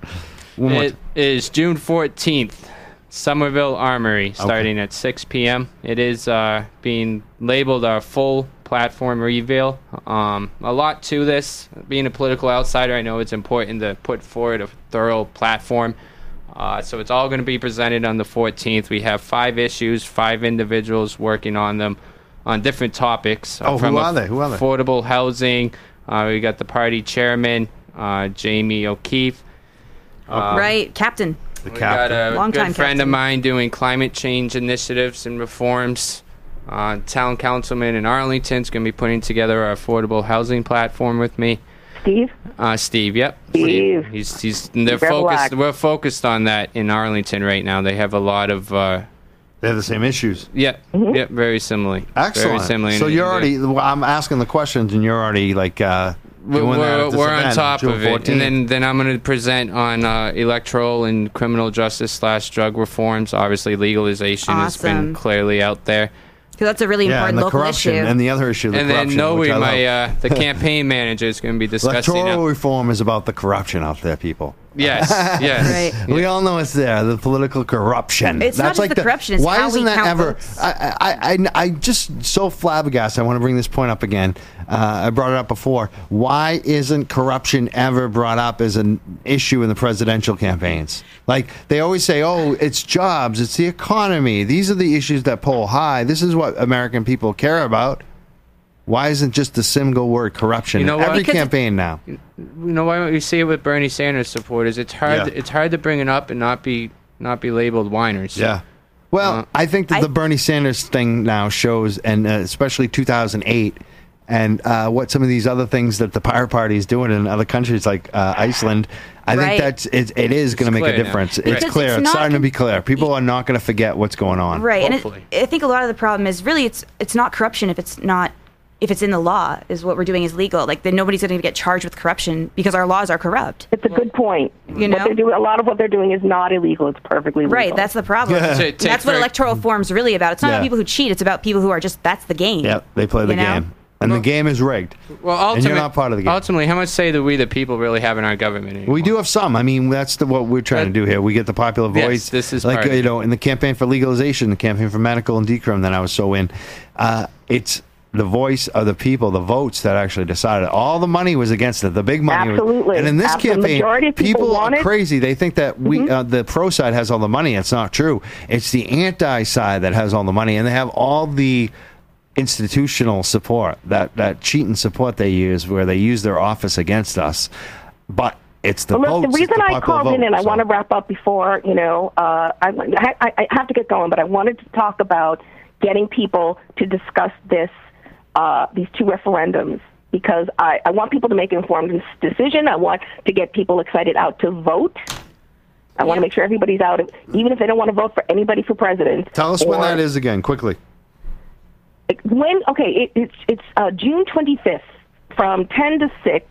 One more
It
time.
is June 14th, Somerville Armory, starting at 6 p.m. It is uh, being labeled our full platform reveal. Um, a lot to this. Being a political outsider, I know it's important to put forward a thorough platform. Uh, so it's all going to be presented on the 14th. We have five issues, five individuals working on them on different topics. uh,
Oh, who
from
are
aff-
they? Who are they?
Affordable housing. Uh, we got the party chairman, uh, Jamie O'Keefe.
right, Captain.
The
We got a
Long
good
time
friend of
captain.
mine doing climate change initiatives and reforms. Uh, town councilman in Arlington's going to be putting together our affordable housing platform with me.
Steve?
Uh, Steve, yep.
Steve.
He's, he's, they're
Red
focused,
Black.
we're focused on that in Arlington right now. They have a lot of, uh,
They have the same issues.
yep,
Mm-hmm.
yep, very similarly.
Excellent.
Very similarly.
So
And
you're
they're-
already. Well, I'm asking the questions, and you're already like uh,
We're,
doing that at
we're,
this
we're on
event,
top
June
of it,
14th.
and then then I'm going to present on uh, electoral and criminal justice slash drug reforms. Obviously, legalization has been
Awesome.
clearly out there,
because that's a really
yeah, and
important
the
local
corruption
issue.
and the other issue. The
and then
corruption,
Noe,
which I
my
love.
uh, the campaign manager, is going to be discussing.
electoral
it.
reform is about the corruption out there, people.
Yes,
*laughs*
yes.
Right.
We all know it's there. The political corruption.
It's not just the corruption, it's
why
how we
isn't that
count
ever?
votes.
I, I, I, I just so flabbergasted. I want to bring this point up again. Uh, I brought it up before. Why isn't corruption ever brought up as an issue in the presidential campaigns? Like they always say, "Oh, it's jobs, it's the economy. These are the issues that pull high. This is what American people care about." Why isn't just the single word corruption
You know
in
what?
every
Because it-
campaign now?
you know why don't you see it with Bernie Sanders supporters? It's hard.
Yeah.
It's hard to bring it up and not be not be labeled whiners.
Yeah. Well,
Uh,
I think that
I-
the Bernie Sanders thing now shows, and uh, especially 2008, and uh, what some of these other things that the Pirate Party is doing in other countries like uh, Iceland. I
Right.
think that's it, it is going to make a
clear now.
difference.
Because
It's clear.
it's
It's,
not
starting to
con-
be clear. People are not going to forget what's going on.
right and
Hopefully.
it, i think a lot of the problem is really it's it's not corruption if it's not if it's in the law is what we're doing is legal like then nobody's going to get charged with corruption because our laws are corrupt
It's a good point.
You know?
what they do, a lot of what they're doing is not illegal. It's perfectly legal.
right that's the problem
Yeah. So
it
And that's
takes
what
very-
electoral form's really about it's not
Yeah.
about people who cheat it's about people who are just that's the game
Yep. They play the
You know?
game, and the game is rigged.
Well,
and
ultimately,
you're not part of the game.
Ultimately, how much say do we, the people, really have in our government? Anymore?
We do have some. I mean, that's the, what we're trying to do here. We get the popular
Uh, Yes,
voice.
this is
like
part of
you
it.
know, in the campaign for legalization, the campaign for medical and decrim that I was so in. Uh, it's the voice of the people, the votes that actually decided. All the money was against it. The big money. was-
Absolutely.
and in this
Absolute
campaign,
majority of people want
are
it.
crazy. They think that we,
Mm-hmm.
uh, the pro side, has all the money. It's not true. It's the anti side that has all the money, and they have all the institutional support that that cheating support they use, where they use their office against us. But it's the
Well, look,
votes,
the reason
it's
I
popular
called in,
vote,
and I
so-
want to wrap up before you know, uh, I, I, I have to get going, but I wanted to talk about getting people to discuss this, uh, these two referendums, because I, I want people to make informed decision. I want to get people excited out to vote. I want to make sure everybody's out, even if they don't want to vote for anybody for president.
Tell us when
or-
that is again, quickly.
when okay it, it's it's uh, june 25th from 10 to 6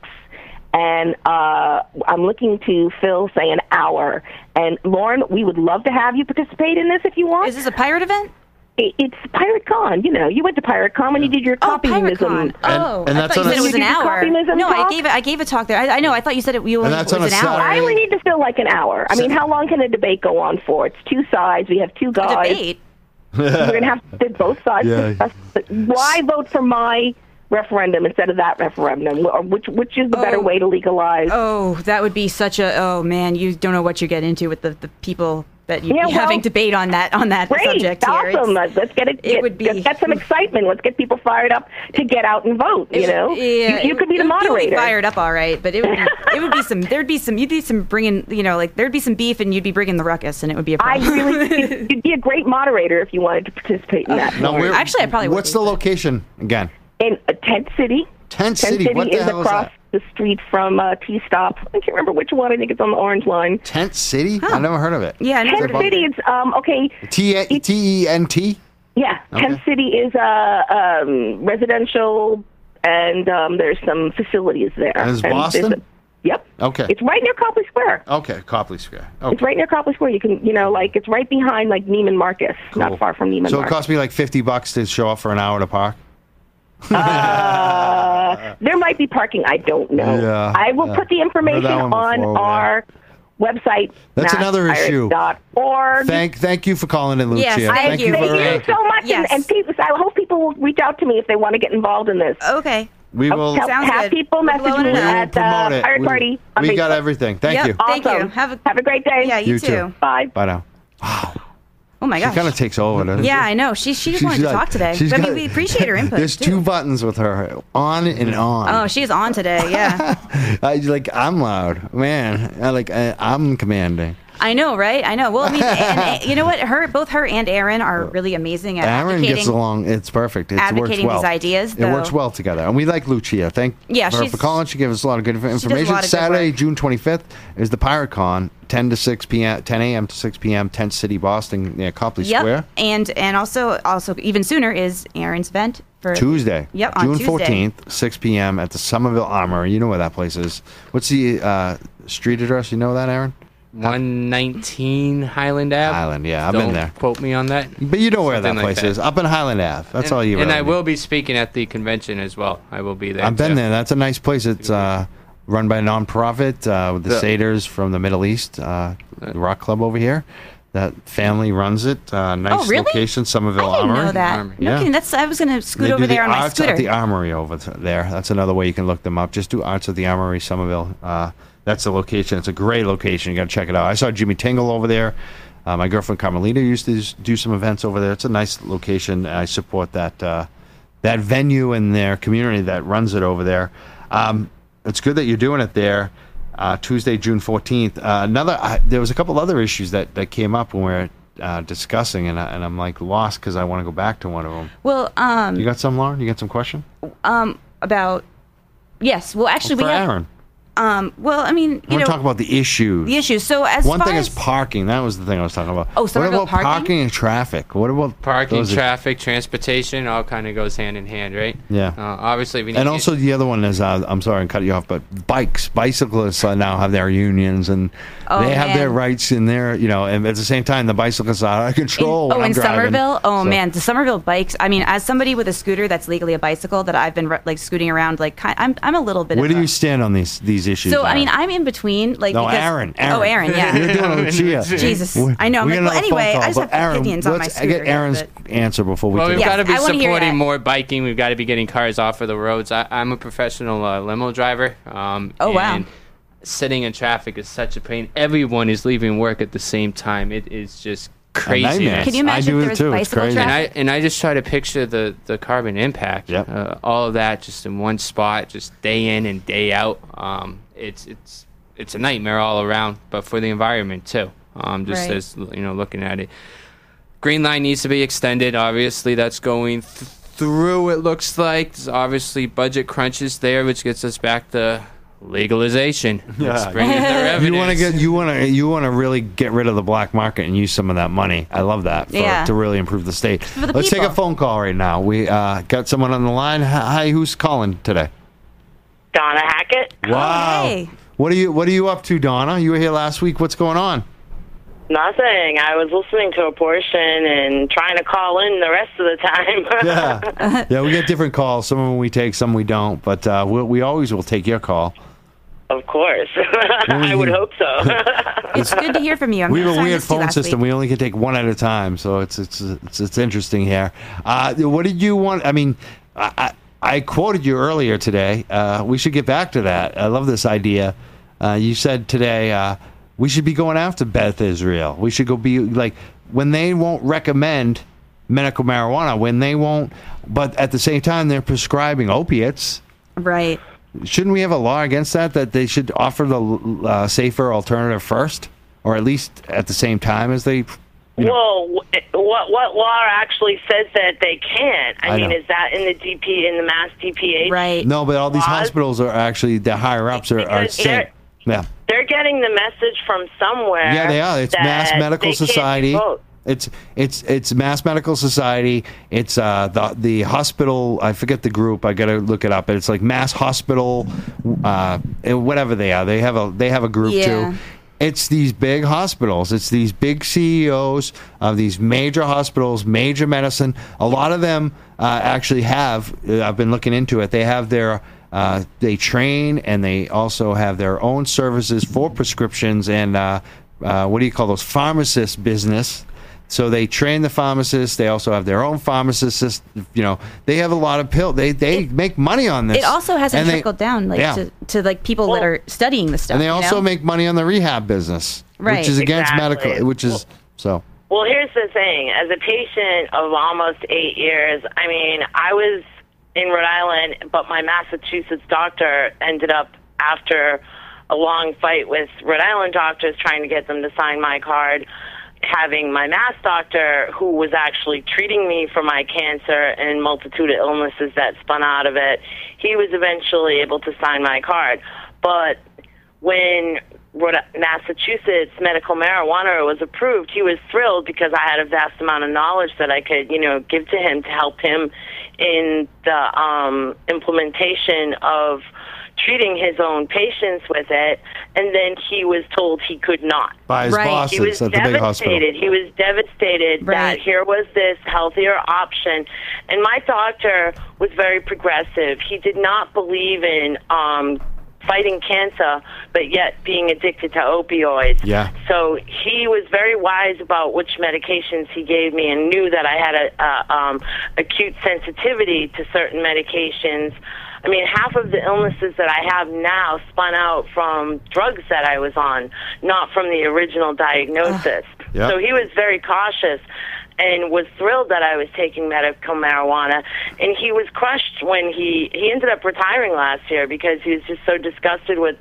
and uh, i'm looking to phil say an hour and lauren we would love to have you participate in this if you want
is this a pirate event
It- it's pirate con you know you went to pirate con when you did your
Oh, pirate
copyism
con! Oh,
and
I
that's
thought you
on a-
said it was an
Did you do
hour.
communism
No,
talk?
I gave it. I gave a talk there. I, I know. I thought you said it. You only
that's
it
on
was
a
an hour.
Saturday.
I only need to fill like an hour. I mean, how long can a debate go on for? It's two sides. We have two guys.
Debate.
We're going to have to both sides.
Yeah.
discuss the- Why vote for my referendum instead of that referendum? Or which which is the better
Oh.
way to legalize?
Oh, that would be such a. Oh man, you don't know what you get into with the, the people that you
Yeah,
be
well,
having debate on that on that
Great,
subject here. It's-
awesome. Let's let's get it. get,
would be-
let's get some excitement. Let's get people fired up to get out and vote. you know,
yeah,
you, you
it-
could be
it
the
would you would be
moderator.
fired up, all right, but it
*laughs*
would be, it would be some. There'd be some. You'd be some bringing. You know, like there'd be some beef, and you'd be bringing the ruckus, and it would be a
I
problem. *laughs*
really, you'd be a great moderator if you wanted to participate in that.
No, we're-
Actually, I probably would
What's
be,
the
but-
location again?
in uh, Tent City.
Tent City?
City
What the
is
hell is
across
that?
the street from uh, T Stop. I can't remember which one. I think it's on the Orange Line.
Tent City? I've never heard of it.
yeah, I never
Tent
heard of
City is um, okay.
T T E N T.
Yeah,
Okay.
Tent City is uh, um, residential, and um, there's some facilities there.
And it's
there's
Boston?
a- yep.
Okay.
It's right near Copley Square.
Okay, Copley Square.
It's
Okay.
right near Copley Square. You can, you know, like it's right behind like Neiman Marcus, not far from Neiman
So it
Marcus.
cost me like fifty bucks to show up for an hour to park.
Uh, there might be parking. I don't know.
Yeah,
I will
yeah.
put the information
one
on
before, yeah.
our website.
That's another issue.
Org.
Thank, thank you for calling in, Lucia.
Yes,
thank
thank
you
you.
for.
Thank you so much,
Yes.
and, and people, I hope people will reach out to me if they want to get involved in this.
it. Okay.
we will.
Have-
Sounds
have
good.
people
We're
message
blowing
me
it
We
up.
will
at
promote
uh,
it.
Pirate
We-
Party. on
We got
Facebook.
everything. Thank
Yep.
you.
Thank you.
Awesome.
Have a-
have a great day.
Yeah, you,
You
too.
too.
Bye.
Bye now.
Oh my
She
gosh.
kind of takes over. doesn't
yeah,
she?
I know. She she just
She's
wanted
like-
to talk today.
she's
I mean,
got-
we appreciate
*laughs*
her input.
There's
too.
two buttons with her on and on.
Oh, she's on today.
*laughs*
Yeah.
I, like I'm loud, man. I like I, I'm commanding.
I know, right? I know. Well,
*laughs*
I mean, and, and, you know what? Her, both her and Aaron are really amazing at
Aaron
advocating.
gets along. It's perfect. It works
advocating
well.
these ideas,
It works
though.
well together, and we like Lucia. Thank
Yeah,
her for
she's-
calling. She gave us a lot of good inf- information.
lot of good
Saturday,
work.
June 25th, is the Pirate Con. 10 to 6 p.m., 10 a.m. to 6 p.m., Tent City, Boston, near Copley
Yep.
Square.
And and also also even sooner is Aaron's event for
Tuesday,
Yep, on
June
Tuesday.
14th, 6 p.m. at the Somerville Armory. You know where that place is. What's the uh, street address? You know that, Aaron?
119 Highland Ave.
Highland, yeah, I've
Don't
been there.
Quote me on that.
But you know where that
Something like
place is. Up in Highland Ave. That's
and,
all you
And
really
I
need.
will be speaking at the convention as well. I will be there.
I've been
too.
there. That's a nice place. It's uh, run by a nonprofit uh, with the
Yeah.
satyrs from the Middle East, uh, the rock club over here. That family runs it. Uh, nice
Oh, really?
location, Somerville
I didn't
Armory.
know that.
Armory.
No
Yeah.
kidding. That's I was gonna scoot
They
over
do the
there on my
arts
scooter.
at the Armory over th- there. That's another way you can look them up. Just do Arts at the Armory, Somerville. Uh, that's the location. It's a great location. You got to check it out. I saw Jimmy Tingle over there. Uh, my girlfriend Carmelita used to s- do some events over there. It's a nice location. I support that uh, that venue and their community that runs it over there. Um, it's good that you're doing it there. Uh, Tuesday, June 14th. Uh, another, I, there was a couple other issues that, that came up when we were uh, discussing, and, I, and I'm like lost because I want to go back to one of them.
well, um
You got some, Lauren? You got some question?
about yes. Well actually
For
we have
Aaron.
um well I mean
I
you
want
know
to talk about the issues.
the issues. So as
One
far
thing
as
is parking. That was the thing I was talking about.
Oh,
what
Somerville
about parking?
parking
and traffic? What about
Parking,
those-
traffic, transportation, all kind of goes hand in hand, right?
Yeah.
Uh, obviously, we need
And
to-
also the other one is uh, I'm sorry, I cut you off, but bikes, bicyclists are now have their unions and
Oh,
they have their
man.
rights in their, you know. And at the same time, the bicyclists are out of
in,
control.
oh,
when I'm
in
driving.
Somerville. Oh
So-
man, the Somerville bikes. I mean, as somebody with a scooter that's legally a bicycle that I've been re- like scooting around, like kind, I'm I'm a little bit.
Where
of
do
a-
you stand on these these issues?
So I
Aaron?
mean, I'm in between. Like
No,
because,
Aaron,
Oh, Aaron.
*laughs*
Yeah.
You're doing
*laughs*
it, Lucia.
Jesus,
We-
I know. I'm
we
like,
got
well,
another phone
anyway,
call,
I just
but
have opinions on my
let's
scooter,
get
yeah,
Aaron's
but-
answer before we
Well, we've
take it.
got
Yes,
to be
I wanna hear
supporting *laughs*
that.
more biking. We've got to be getting cars off of the roads. I, I'm a professional uh, limo driver. Um,
Oh, wow.
and Sitting in traffic is such a pain. Everyone is leaving work at the same time. It is just crazy.
nightmare.
Can you
I
imagine
do
if there
it
was
too. It's
bicycle
crazy.
traffic?
and I and I just try to picture the the carbon impact.
Yep.
Uh, all of that just in one spot, just day in and day out. Um, it's it's it's a nightmare all around, but for the environment too. Um, just
Right.
as you know, looking at it, green line needs to be extended. Obviously, that's going th- through. It looks like there's obviously budget crunches there, which gets us back to
*laughs*
legalization. Let's
Yeah.
bring in the
You want to
revenues.
get you want to you want to really get rid of the black market and use some of that money. I love that for,
Yeah.
to really improve the state.
the
Let's take a
people.
phone call right now. We uh, got someone on the line. Hi, who's calling today?
Donna Hackett.
Oh, Wow.
Oh, hey.
What are you What are you up to, Donna? You were here last week. What's going *laughs* on?
Nothing. I was listening to a portion and trying to call in the rest of the time. *laughs*
Yeah, yeah. We get different calls. Some of them we take, some we don't. But uh, we, we always will take your call.
of
*laughs*
course. I would hope so.
It's good to hear from you. I'm
We have a
sorry I
weird
missed you
phone
last
system.
week.
We only can take one at a time, so it's it's it's, it's interesting here. Uh, what did you want? I mean, I, I I quoted you earlier today. Uh, we should get back to that. I love this idea. Uh, you said today uh, we should be going after Beth Israel. We should go be like when they won't recommend medical marijuana when they won't, but at the same time they're prescribing opiates.
right.
Shouldn't we have a law against that? That they should offer the uh, safer alternative first, or at least at the same time as they.
Well, wh- what what law actually says that they can't? I,
I
mean,
know.
is that in the DP in the Mass DPH?
Right.
No, but all these
Laws?
hospitals are actually the higher ups are, are
Because
saying,
they're-
yeah,
They're getting the message from somewhere.
yeah, they are. It's
that
Mass Medical
they can't
Society.
vote.
It's it's it's Mass Medical Society. It's uh, the the hospital. I forget the group. I gotta look it up. But it's like Mass Hospital, uh, and whatever they are. They have a they have a group
Yeah.
too. It's these big hospitals. It's these big CEOs of these major hospitals, major medicine. A lot of them uh, actually have. uh, I've been looking into it. They have their. Uh, they train and they also have their own services for prescriptions and uh, uh, what do you call those pharmacist business so they train the pharmacists. They also have their own pharmacists. You know, they have a lot of pill. They they make money on this.
It also hasn't
And they-
trickled down like
yeah.
to, to like people that are studying the stuff.
and they
you
also
know?
make money on the rehab business,
Right.
which is against
Exactly.
medical, which is so.
Well, here's the thing. As a patient of almost eight years, I mean, I was in Rhode Island, but my Massachusetts doctor ended up after a long fight with Rhode Island doctors trying to get them to sign my card. Having my mass doctor, who was actually treating me for my cancer and multitude of illnesses that spun out of it, he was eventually able to sign my card. But when
Rhode Massachusetts medical marijuana was approved, he was thrilled because I had a vast amount of knowledge that I could, you know, give to him to help him in the um, implementation of treating his own patients with it. And then he was told he could not.
By his Right. bosses
he was
at the big hospital.
devastated. He was devastated that
Right.
here was this healthier option. And my doctor was very progressive. He did not believe in um, fighting cancer, but yet being addicted to opioids.
Yeah.
So he was very wise about which medications he gave me and knew that I had a, a um, acute sensitivity to certain medications. I mean, half of the illnesses that I have now spun out from drugs that I was on, not from the original diagnosis.
Yeah.
So he was very cautious and was thrilled that I was taking medical marijuana. And he was crushed when he he ended up retiring last year because he was just so disgusted with,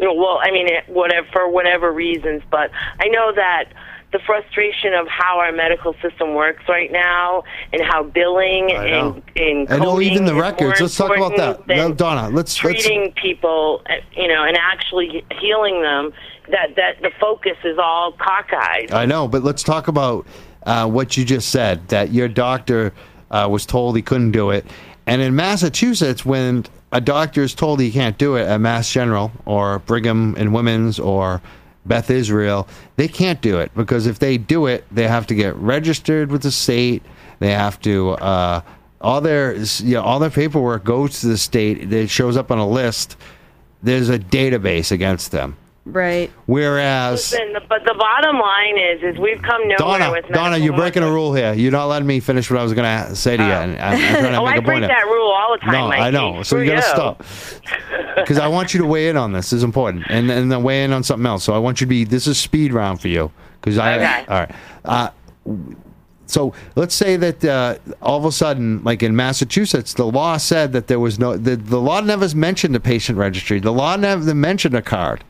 you know, well, I mean, it, whatever for whatever reasons. But I know that the frustration of how our medical system works right now and how billing
I know.
and and,
And oh,
coding
even the
is
records.
more
Let's talk about
important
that. No, Donna, let's let's
treating people, uh, you know, and actually healing them. That that the focus is all cockeyed.
I know, but let's talk about uh, what you just said that your doctor uh, was told he couldn't do it. And in Massachusetts, when a doctor is told he can't do it at Mass General or Brigham and Women's or Beth Israel, they can't do it because if they do it, they have to get registered with the state. They have to uh, all their you know, all their paperwork goes to the state. It shows up on a list. There's a database against them.
Right.
Whereas
Listen, the, but the bottom line is, is we've come nowhere
Donna,
with
Donna, you're breaking a rule here. You're not letting me finish what I was going to say to you. And I'm, I'm trying
*laughs*
to
oh,
make
I
a
break
point.
that rule all the time.
no,
Mikey.
I know. So
Screw
you got to
you.
stop
*laughs*
because I want you to weigh in on this. This is important, and and then weigh in on something else. So I want you to be. This is speed round for you because I.
Okay.
All right. Uh, so let's say that uh, all of a sudden, like in Massachusetts, the law said that there was no. The, the law never mentioned a patient registry. The law never mentioned a card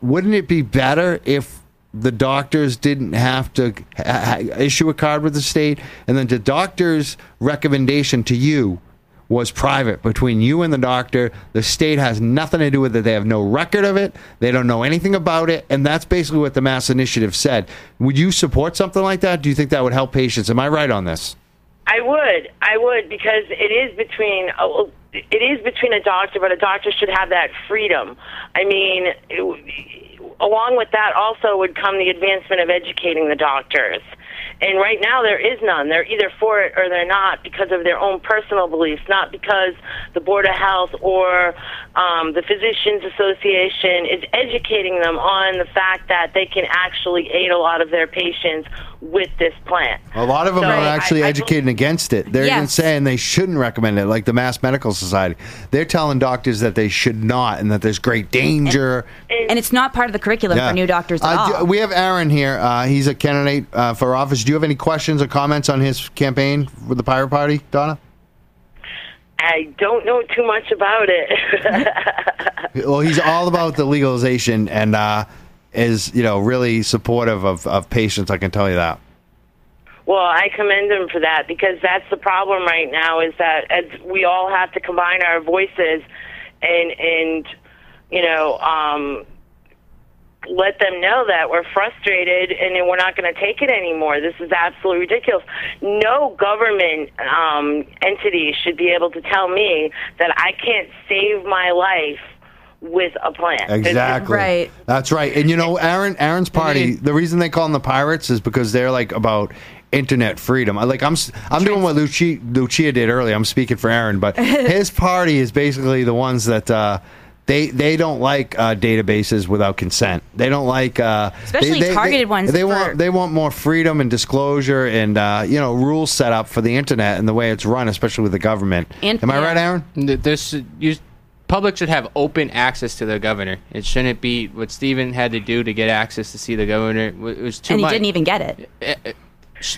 wouldn't it be better if the doctors didn't have to ha- ha- issue a card with the state and then the doctor's recommendation to you was private between you and the doctor the state has nothing to do with it they have no record of it they don't know anything about it and that's basically what the mass initiative said would you support something like that do you think that would help patients am i right on this
I would, I would, because it is between. oh, It is between a doctor, but a doctor should have that freedom. I mean, it, along with that, also would come the advancement of educating the doctors. And right now, there is none. They're either for it or they're not because of their own personal beliefs, not because the Board of Health or um, the Physicians Association is educating them on the fact that they can actually aid a lot of their patients with this plant.
a lot of them
So
are
I-
actually educating against it. They're even
Yes.
saying they shouldn't recommend it, like the Mass Medical Society. They're telling doctors that they should not and that there's great danger.
And it's not part of the curriculum
Yeah.
for new doctors at
Uh,
all.
do- we have Aaron here. Uh, he's a candidate uh, for office. Do you have any questions or comments on his campaign with the Pirate Party, Donna?
I don't know too much about it. *laughs*
well, he's all about the legalization and uh, is you know really supportive of, of patients. I can tell you that.
well, I commend him for that because that's the problem right now is that as we all have to combine our voices and and you know um let them know that we're frustrated and then we're not going to take it anymore. This is absolutely ridiculous. No government um, entity should be able to tell me that I can't save my life with a plan.
Exactly. That's right. And you know, Aaron Aaron's party. The reason they call them the pirates is because they're like about internet freedom. I- Like I'm s- I'm doing what Lucia, Lucia did earlier. I'm speaking for Aaron,
*laughs*
but his party is basically the ones that. Uh, they, they don't like uh, databases without consent. They don't like uh, they-
Especially
they- they-
targeted ones
They
for-
want they want more freedom and disclosure and uh, you know rules set up for the internet and the way it's run, especially with the government. Am I right, Aaron?
This you, public should have open access to their governor. It shouldn't be what Stephen had to do to get access to see the governor. It was too
and he
much.
didn't even get it.
Eh,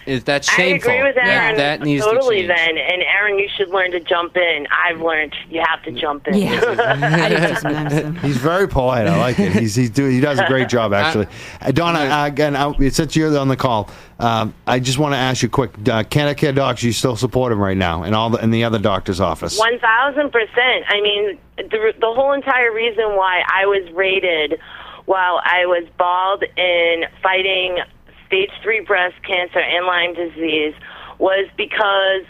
Is that shameful?
I agree with
That-
Aaron.
That, needs
totally.
to change.
then, and Aaron, you should learn to jump in. I've learned you have to jump in. *laughs*
*laughs*
*laughs* He's very polite. I like it. He's, he's do, he does a
*laughs*
great job, actually. Uh, Donna, uh, again, I, since you're on the call, um, I just want to ask you quick. Uh, Canada Care Docs, you still support him right now in all the, in the other doctor's office?
One thousand percent. I mean, the the whole entire reason why I was rated while I was bald and fighting stage three breast cancer and Lyme disease was because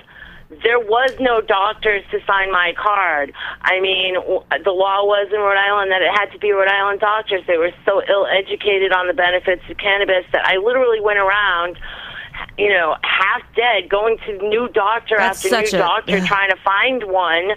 there was no doctors to sign my card. I mean, w- the law was in Rhode Island that it had to be Rhode Island doctors. They were so ill educated on the benefits of cannabis that I literally went around, you know, half dead, going to new doctor
That's
after new
such a-
doctor,
ugh.
trying to find one,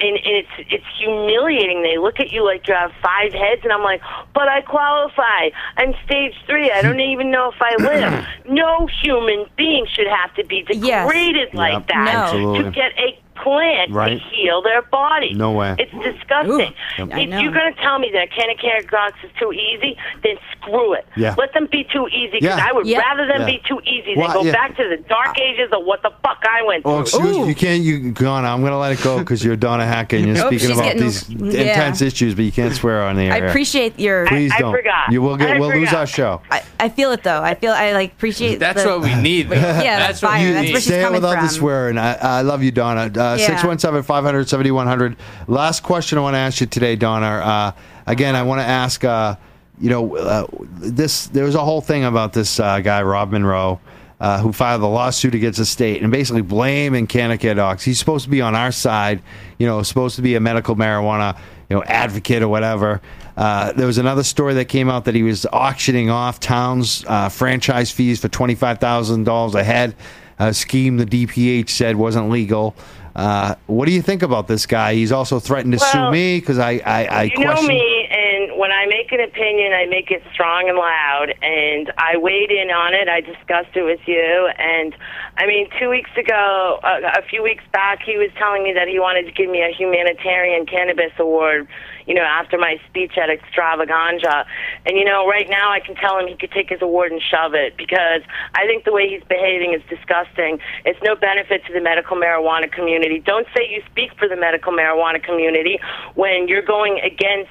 and, and it's it's humiliating. They look at you like you have five heads, and I'm like, but I qualify. I'm stage three. I don't even know if I
*clears throat*
live. no human being should have to be
Yes.
degraded like
Yep,
that
No.
absolutely.
to get a plant to
Right.
heal their body.
No way.
It's disgusting.
Ooh, Yep. I
If
know.
you're going to tell me that candy carrot dogs is too easy, then screw it.
Yeah.
Let them be too easy because
Yeah.
I would
Yeah.
rather them
Yeah.
be too easy
Well,
than go
yeah.
back to the dark ages of what the fuck I went through.
Oh, excuse
Ooh.
you can't. You Donna, I'm gonna let it go because you're Donna Hacker and you're
Oops,
speaking
she's
about
getting-
these
yeah.
intense issues, but you can't swear on the air.
I appreciate your. I,
Please
I
don't.
forgot.
You will get.
I
we'll lose
forgot.
our show.
I feel it though. I feel I like appreciate.
That's
the,
what we need. Though.
*laughs* yeah,
that's
the
what
fire,
we
that's
need.
where she's
Say it
coming
without
from.
the swearing. I, I love you, Donna. Uh,
Um, Yeah.
617 500 7100. Last question I want to ask you today, Donna. Uh, again, I want to ask, uh, you know, uh, this. there was a whole thing about this uh, guy, Rob Monroe, uh, who filed a lawsuit against the state and basically blaming Canada Docs. He's supposed to be on our side, you know, supposed to be a medical marijuana, you know, advocate or whatever. Uh, there was another story that came out that he was auctioning off towns' uh, franchise fees for twenty five thousand dollars a head a scheme the DPH said wasn't legal. Uh, what do you think about this guy? He's also threatened to sue
Well,
me because I, I, I
you know
question.
me, and when I make an opinion, I make it strong and loud, and I weighed in on it. I discussed it with you, and I mean, two weeks ago, uh, a, a few weeks back, he was telling me that he wanted to give me a humanitarian cannabis award. You know, after my speech at Extravaganza, and you know, right now I can tell him he could take his award and shove it because I think the way he's behaving is disgusting. It's no benefit to the medical marijuana community. Don't say you speak for the medical marijuana community when you're going against.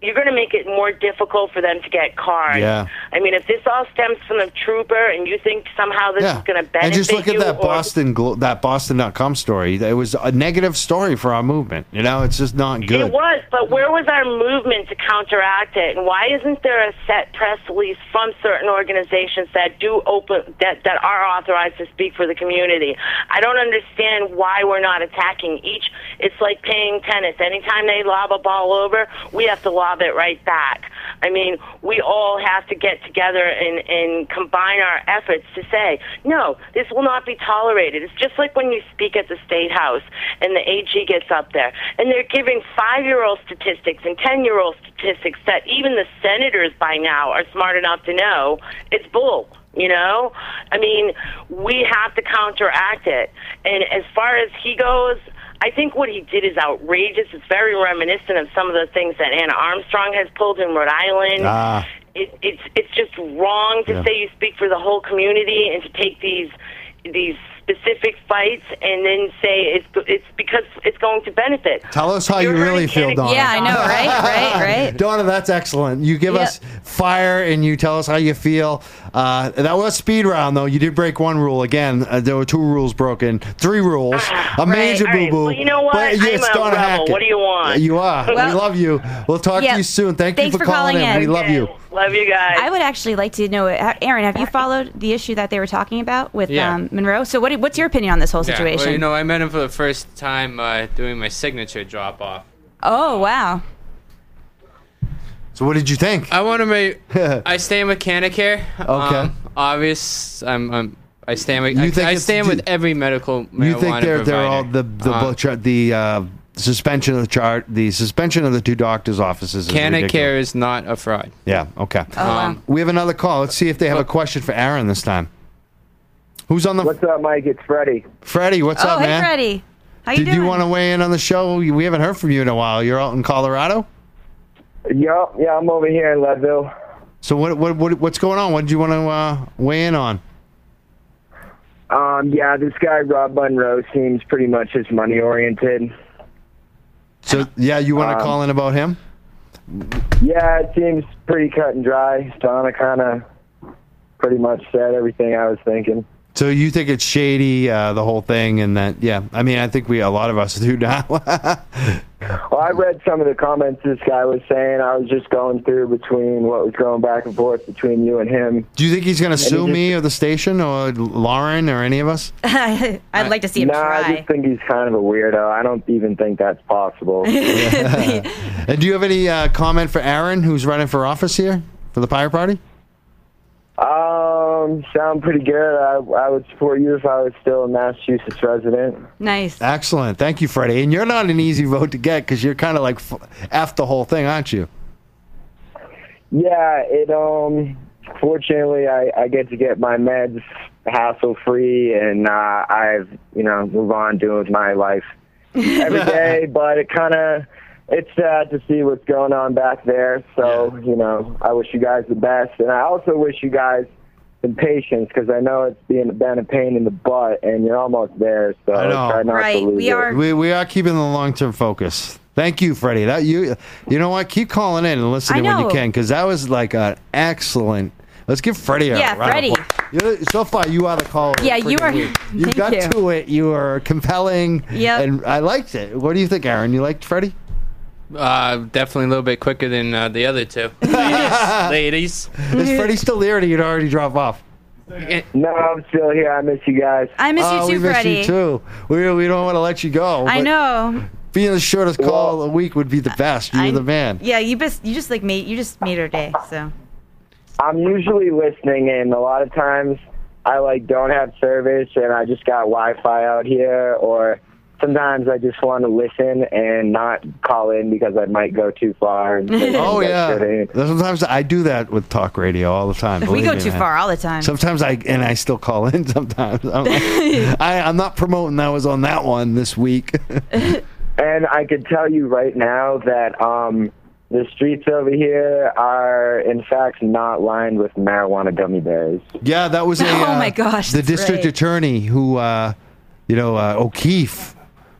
You're going to make it more difficult for them to get cards.
Yeah.
I mean, if this all stems from the trooper, and you think somehow this
Yeah,
is going to benefit
and just look at
you
that
or-
Boston glo- that Boston.com story. It was a negative story for our movement. You know, it's just not good.
It was, but where was our movement to counteract it? And why isn't there a set press release from certain organizations that do open that that are authorized to speak for the community? I don't understand why we're not attacking each. It's like paying tennis. Anytime they lob a ball over, we have to lob it right back. I mean, we all have to get together and, and combine our efforts to say, no, this will not be tolerated. It's just like when you speak at the State House and the AG gets up there and they're giving five year old statistics and 10 year old statistics that even the senators by now are smart enough to know it's bull. You know, I mean, we have to counteract it. And as far as he goes, I think what he did is outrageous. It's very reminiscent of some of the things that Anna Armstrong has pulled in Rhode Island.
Ah.
It, it's it's just wrong to
Yeah.
say you speak for the whole community and to take these these specific fights and then say it's it's because it's going to benefit.
Tell us how
You're
you really
hurting
feel,
Kenny-
Donna.
Yeah, I
*laughs*
know, right? Right? Right?
Donna, that's excellent. You give
Yep.
us fire and you tell us how you feel. Uh, that was speed round, though. You did break one rule again. Uh, there were two rules broken, three rules, a major
All Ah, right.
boo boo.
Well, you know what? I'm a rebel. What do you want?
You are.
Well-
we love you. We'll talk
Yeah.
to you soon. Thank
Thanks
you for,
for
calling,
calling
in. We
in.
love you.
Love you guys.
I would actually like to know,
*laughs*
Aaron, have you followed the issue that they were talking about with
Yeah.
um, Monroe? So, what, what's your opinion on this whole
Yeah,
situation?
well, you know, I met him for the first time uh, doing my signature drop off.
oh wow!
So, what did you think?
I want to make. I stay in mechanic care.
Okay.
Um, obvious. I'm. I'm I stand with.
You
I,
think
I
it's-
stand
do-
with every medical marijuana
you think they're they're all
provider.
the the
Um,
bu- char- the uh, suspension of the chart, the suspension of the two doctors' offices? Is
Canna
ridiculous.
care is not a fraud.
Yeah. Okay.
Oh,
Um,
We have another call. Let's see if they have a question for Aaron this time. Who's on the
What's up, Mike? It's Freddie.
Freddie? What's
oh,
up,
hey,
man?
Freddie, how you
Did
doing?
you want to weigh in on the show? We haven't heard from you in a while. You're out in Colorado.
Yup, yeah, I'm over here in Leadville.
So what what, what what's going on? What did you want to uh, weigh in on?
Um, yeah, this guy Rob Monroe seems pretty much just money oriented.
So yeah, you want to
Um,
call in about him?
Yeah, it seems pretty cut and dry. Donna kind of pretty much said everything I was thinking.
So you think it's *laughs* shady, uh, the whole thing, and that yeah. I mean, I think we a lot of us do now.
Well, I read some of the comments this guy was saying. I was just going through between what was going back and forth between you and him.
Do you think he's going to
And he
sue
just-
me or the station or Lauren or any of us?
*laughs* I'd like to see him
nah, I
try.
just think he's kind of a weirdo. I don't even think that's possible. *laughs*
And do you have any uh, comment for Aaron, who's running for office here for the Pirate Party?
um, sound pretty good. I, I would support you if I was still a Massachusetts resident.
Nice.
Excellent. Thank you, Freddie. And you're not an easy vote to get because you're kind of like f- F the whole thing, aren't you?
Yeah, it um fortunately I, I get to get my meds hassle free and uh I've you know, move on doing with my life
*laughs*
every day, but it kinda it's sad to see what's going on back there. So, you know, I wish you guys the best and I also wish you guys some patience because I know it's being been a pain in the butt and you're almost there, so
I know.
try not
Right,
to lose
we
it.
are-
We, we are keeping the long term focus. Thank you, Freddie. That you you know what? Keep calling in and listening
I
when you
know.
can because that was like an excellent. Let's give Freddie a
Yeah,
round of
Freddie.
applause. You're- so far, you are the caller. of the
Yeah, you
freaking
are-
week.
*laughs*
You
Thank
got
you.
to it. You were compelling.
Yep.
and I liked it. What do you think, Aaron? You liked Freddie?
Uh, definitely a little bit quicker than uh, the other
*laughs*
two. ladies, ladies.
Is
Mm-hmm.
Freddie still there? Or did you already drop off?
No, I'm still here. I miss you guys.
I miss
Oh,
you
we
too,
miss
Freddie.
you too. We, we don't want to let you go.
I
but
know.
Being the shortest call
Well,
a week would be the best. You're
I-
the
*laughs*
man.
Yeah, you just you just like made you just made her day. So
I'm usually listening, and a lot of times I like don't have service, and I just got Wi-Fi out here, or sometimes I just want to listen and not call in because I might go too
*laughs*
far. And say
Oh
things I
yeah.
shouldn't.
Sometimes I do that with talk radio all the time.
we
believe
go
me,
too
man.
far all the time.
Sometimes I and I still call in. *laughs*
*laughs*
Sometimes I'm, like, I, I'm not promoting. that was on that one this week. *laughs*
And I could tell you right now that um, the streets over here are, in fact, not lined with marijuana gummy bears.
yeah, that was. A,
*laughs* Oh,
uh,
my gosh,
The
that's
district
right.
attorney who, uh, you know, uh, O'Keefe.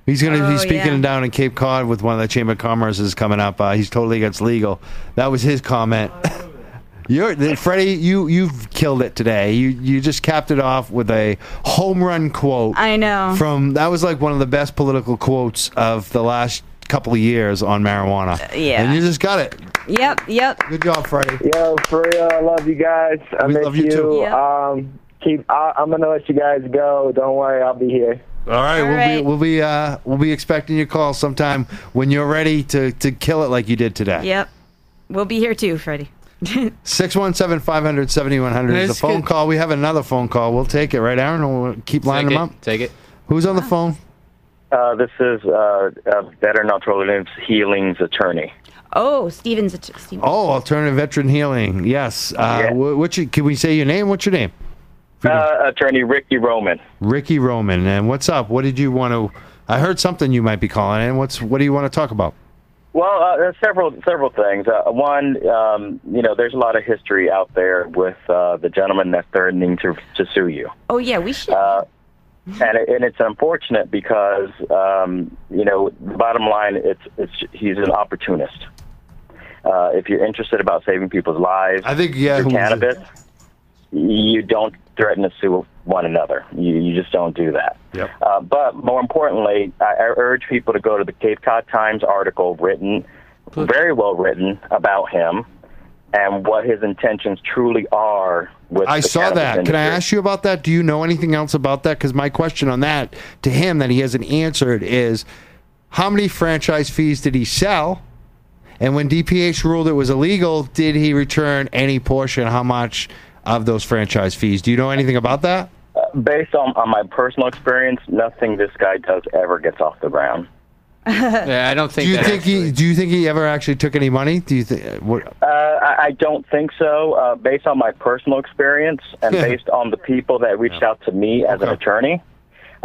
He's going to
Oh,
be speaking
yeah.
down in Cape Cod with one of the Chamber of Commerce is coming up. Uh, he's totally against legal. That was his comment. *laughs* You're the- Freddie. You you've killed it today. You you just capped it off with a home run quote.
I know.
From that was like one of the best political quotes of the last couple of years on marijuana.
yeah.
And you just got it.
yep, yep.
Good job, Freddie.
Yo, for real, I love you guys. I
We
miss
love you too.
Yeah.
Um, keep. I, I'm gonna let you guys go. Don't worry, I'll
*laughs*
be here.
All right,
All
we'll be
right.
we'll be uh, we'll be expecting your call sometime when you're ready to to kill it like you did today.
Yep. We'll be here too, Freddie.
617 500 7100 is the
Let's
phone
get-
call. We have another phone call. We'll take it, right, Aaron? We'll keep lining
Take
them
it.
up.
Take it.
Who's
Ah.
on the phone?
Uh, this is uh, uh, Veteran Alternatives Healing's attorney.
Oh, Steven's a t- Steven.
Oh, Alternative Veteran Healing. Yes. Uh,
Yeah.
wh- what's your, can we say your name? What's your name?
Uh, attorney Ricky Roman.
Ricky Roman. And what's up? What did you want to? I heard something you might be calling in. What's what do you want to talk about?
Well, uh, there's several several things. Uh, one, um, you know, there's a lot of history out there with uh, the gentleman that's threatening to to sue you.
Oh yeah, we should.
Uh,
and it, and it's unfortunate because um, you know the bottom line it's it's he's an opportunist. Uh, if you're interested about saving people's lives,
I think, yeah,
through
who was it?
cannabis, you don't threaten to sue one another. You you just don't do that.
Yep.
Uh, but more importantly, I, I urge people to go to the Cape Cod Times article written, very well written about him. And what his intentions truly are with
I
the
saw
cannabis
that. Can I
industry.
ask you about that? Do you know anything else about that? Because my question on that to him that he hasn't answered is how many franchise fees did he sell? And when DPH ruled it was illegal, did he return any portion? How much of those franchise fees? Do you know anything about that?
based on, on my personal experience, nothing this guy does ever gets off the ground.
*laughs* Yeah, I don't think.
Do you
that
think he? Do you think he ever actually took any money? Do you think? What,
Uh, I, I don't think so. Uh, based on my personal experience and
Yeah.
based on the people that reached out to me as an
Okay.
attorney,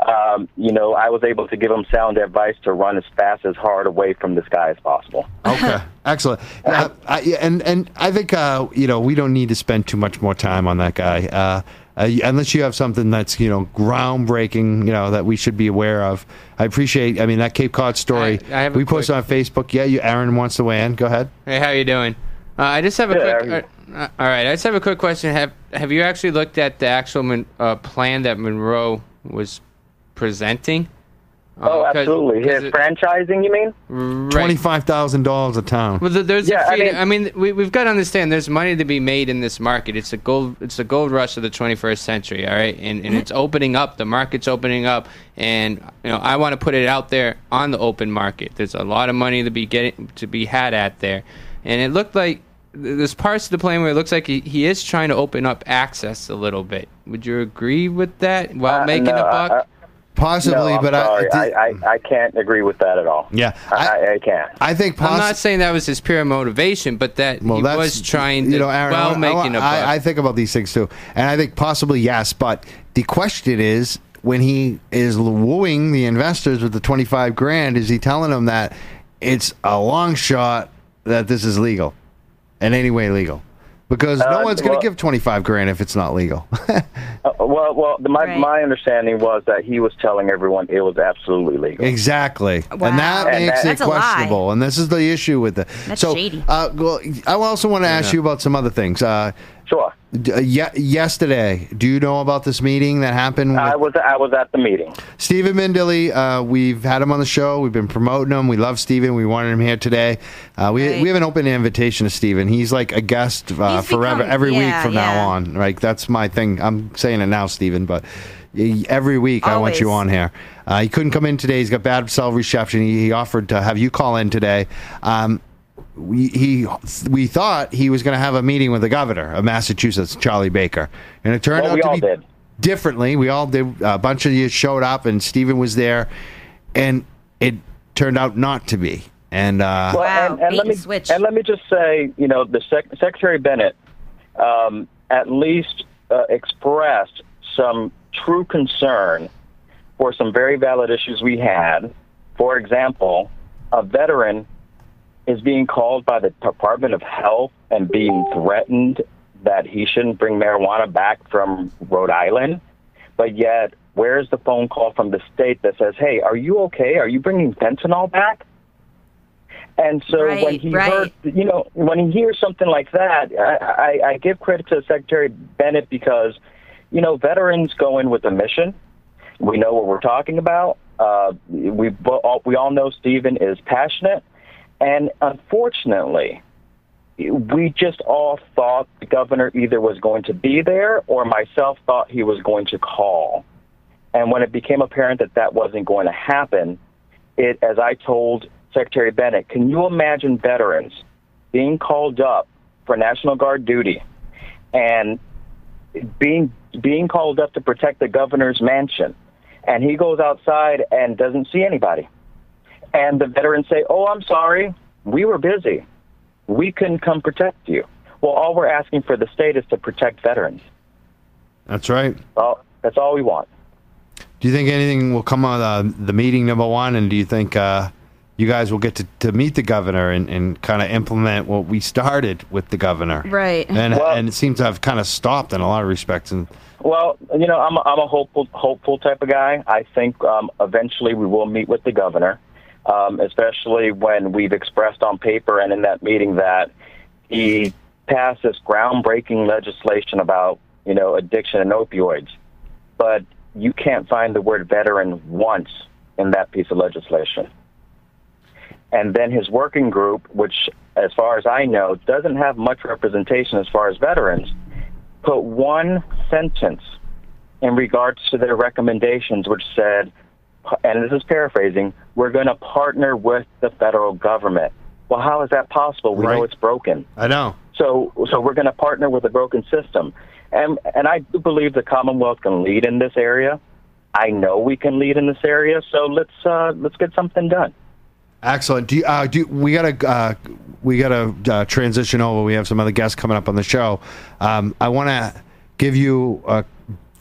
um, you know, I was able to give him sound advice to run as fast as hard away from this guy as possible.
Oh,
Okay, excellent. Uh, I, and and I think uh, you know we don't need to spend too much more time on that guy, uh, uh, unless you have something that's you know groundbreaking, you know that we should be aware of. I appreciate. I mean that Cape Cod story
I- I have a
we posted on Facebook. Yeah, you, Aaron wants to weigh in. Go ahead.
Hey, how you doing? Uh, I just have a
Good, how are
quick. Uh, all right, I just have a quick question. Have Have you actually looked at the actual Mon- uh, plan that Monroe was presenting?
oh, absolutely. His franchising, you mean?
Twenty-five thousand dollars a town.
Well, th- there's
Yeah,
a
I
few,
mean-
I mean, we, we've got to understand there's money to be made in this market. It's a gold, it's a gold rush of the 21st century. All right, and, and it's opening up. The market's opening up, and you know I want to put it out there on the open market. There's a lot of money to be getting to be had at there, and it looked like th- there's parts of the plan where it looks like he, he is trying to open up access a little bit. Would you agree with that? While making
Uh, no,
a
I-
buck,
I-
Possibly,
no, I'm
but I-
sorry.
I did-
I, I, I can't agree with that at all.
Yeah,
I, I, I can't.
I think
I'm
possi-
not saying that was his pure motivation, but that
Well,
he
that's
was trying to
you know, Aaron, I
while
wa- I wa-
making a buck.
I, I think about these things too, and I think possibly yes, but the question is when he is wooing the investors with the twenty five grand, is he telling them that it's a long shot that this is legal, in any way legal? Because no
Uh,
one's going to
well-
give twenty five grand if it's not legal. *laughs*
Uh, well, well, the, my my understanding was that he was telling everyone it was absolutely legal.
Exactly, and that
And
makes
that-
it
That's a lie.
questionable, and this is the issue with the.
That's
so,
shady.
Uh, well, I also want to ask you about some other things. Uh,
sure.
yeah, yesterday, do you know about this meeting that happened? With
I was I was at the meeting.
Stephen Mindilly, uh, we've had him on the show. We've been promoting him. We love Stephen. We wanted him here today. Uh, we, we have an open invitation to Stephen. He's like a guest uh, forever,
become-
every
yeah,
week from
yeah.
now on. Like that's my thing. I'm saying it now, Stephen, but y- every week I want you
Always.
on here. Uh, he couldn't come in today. He's got bad cell reception. He, he offered to have you call in today. Um, we, he we thought he was going to have a meeting with the governor of Massachusetts, Charlie Baker, and it turned
Well,
out
we
to
all
be
did.
differently. We all did. A bunch of you showed up, and Stephen was there, and it turned out not to be. And uh,
and, and let me and let me just say, you know, the sec- Secretary Bennett um, at least uh, expressed some true concern for some very valid issues we had. For example, a veteran is being called by the Department of Health and being threatened that he shouldn't bring marijuana back from Rhode Island. But yet, where's the phone call from the state that says, hey, are you okay? Are you bringing fentanyl back? And so when
Right,
he
right.
heard, you know, when he hears something like that, I, I, I give credit to Secretary Bennett because, you know, veterans go in with a mission. We know what we're talking about. Uh, we bo- all, we all know Stephen is passionate, and unfortunately, we just all thought the governor either was going to be there or myself thought he was going to call. And when it became apparent that that wasn't going to happen, it, as I told Secretary Bennett, can you imagine veterans being called up for National Guard duty and being being called up to protect the governor's mansion, and he goes outside and doesn't see anybody, and the veterans say, "Oh, I'm sorry, we were busy, we couldn't come protect you." Well, all we're asking for the state is to protect veterans.
that's right.
Well, that's all we want.
Do you think anything will come out of the meeting number one? And do you think uh, you guys will get to, to meet the governor and, and kind of implement what we started with the governor?
Right.
And and it seems to have kind of stopped in a lot of respects. And
Well, you know, I'm a, I'm a hopeful hopeful type of guy. I think um, eventually we will meet with the governor, um, especially when we've expressed on paper and in that meeting that he passed this groundbreaking legislation about you know addiction and opioids, but you can't find the word veteran once in that piece of legislation. And then his working group, which, as far as I know, doesn't have much representation as far as veterans, put one sentence in regards to their recommendations, which said, and this is paraphrasing, we're going to partner with the federal government. Well, how is that possible? We know it's broken.
I know.
So, so we're going to partner with a broken system. And, and I do believe the Commonwealth can lead in this area. I know we can lead in this area, so let's uh, let's get something done.
Excellent. Do you, uh, do you- we gotta uh, we gotta uh, transition over? We have some other guests coming up on the show. Um, I want to give you a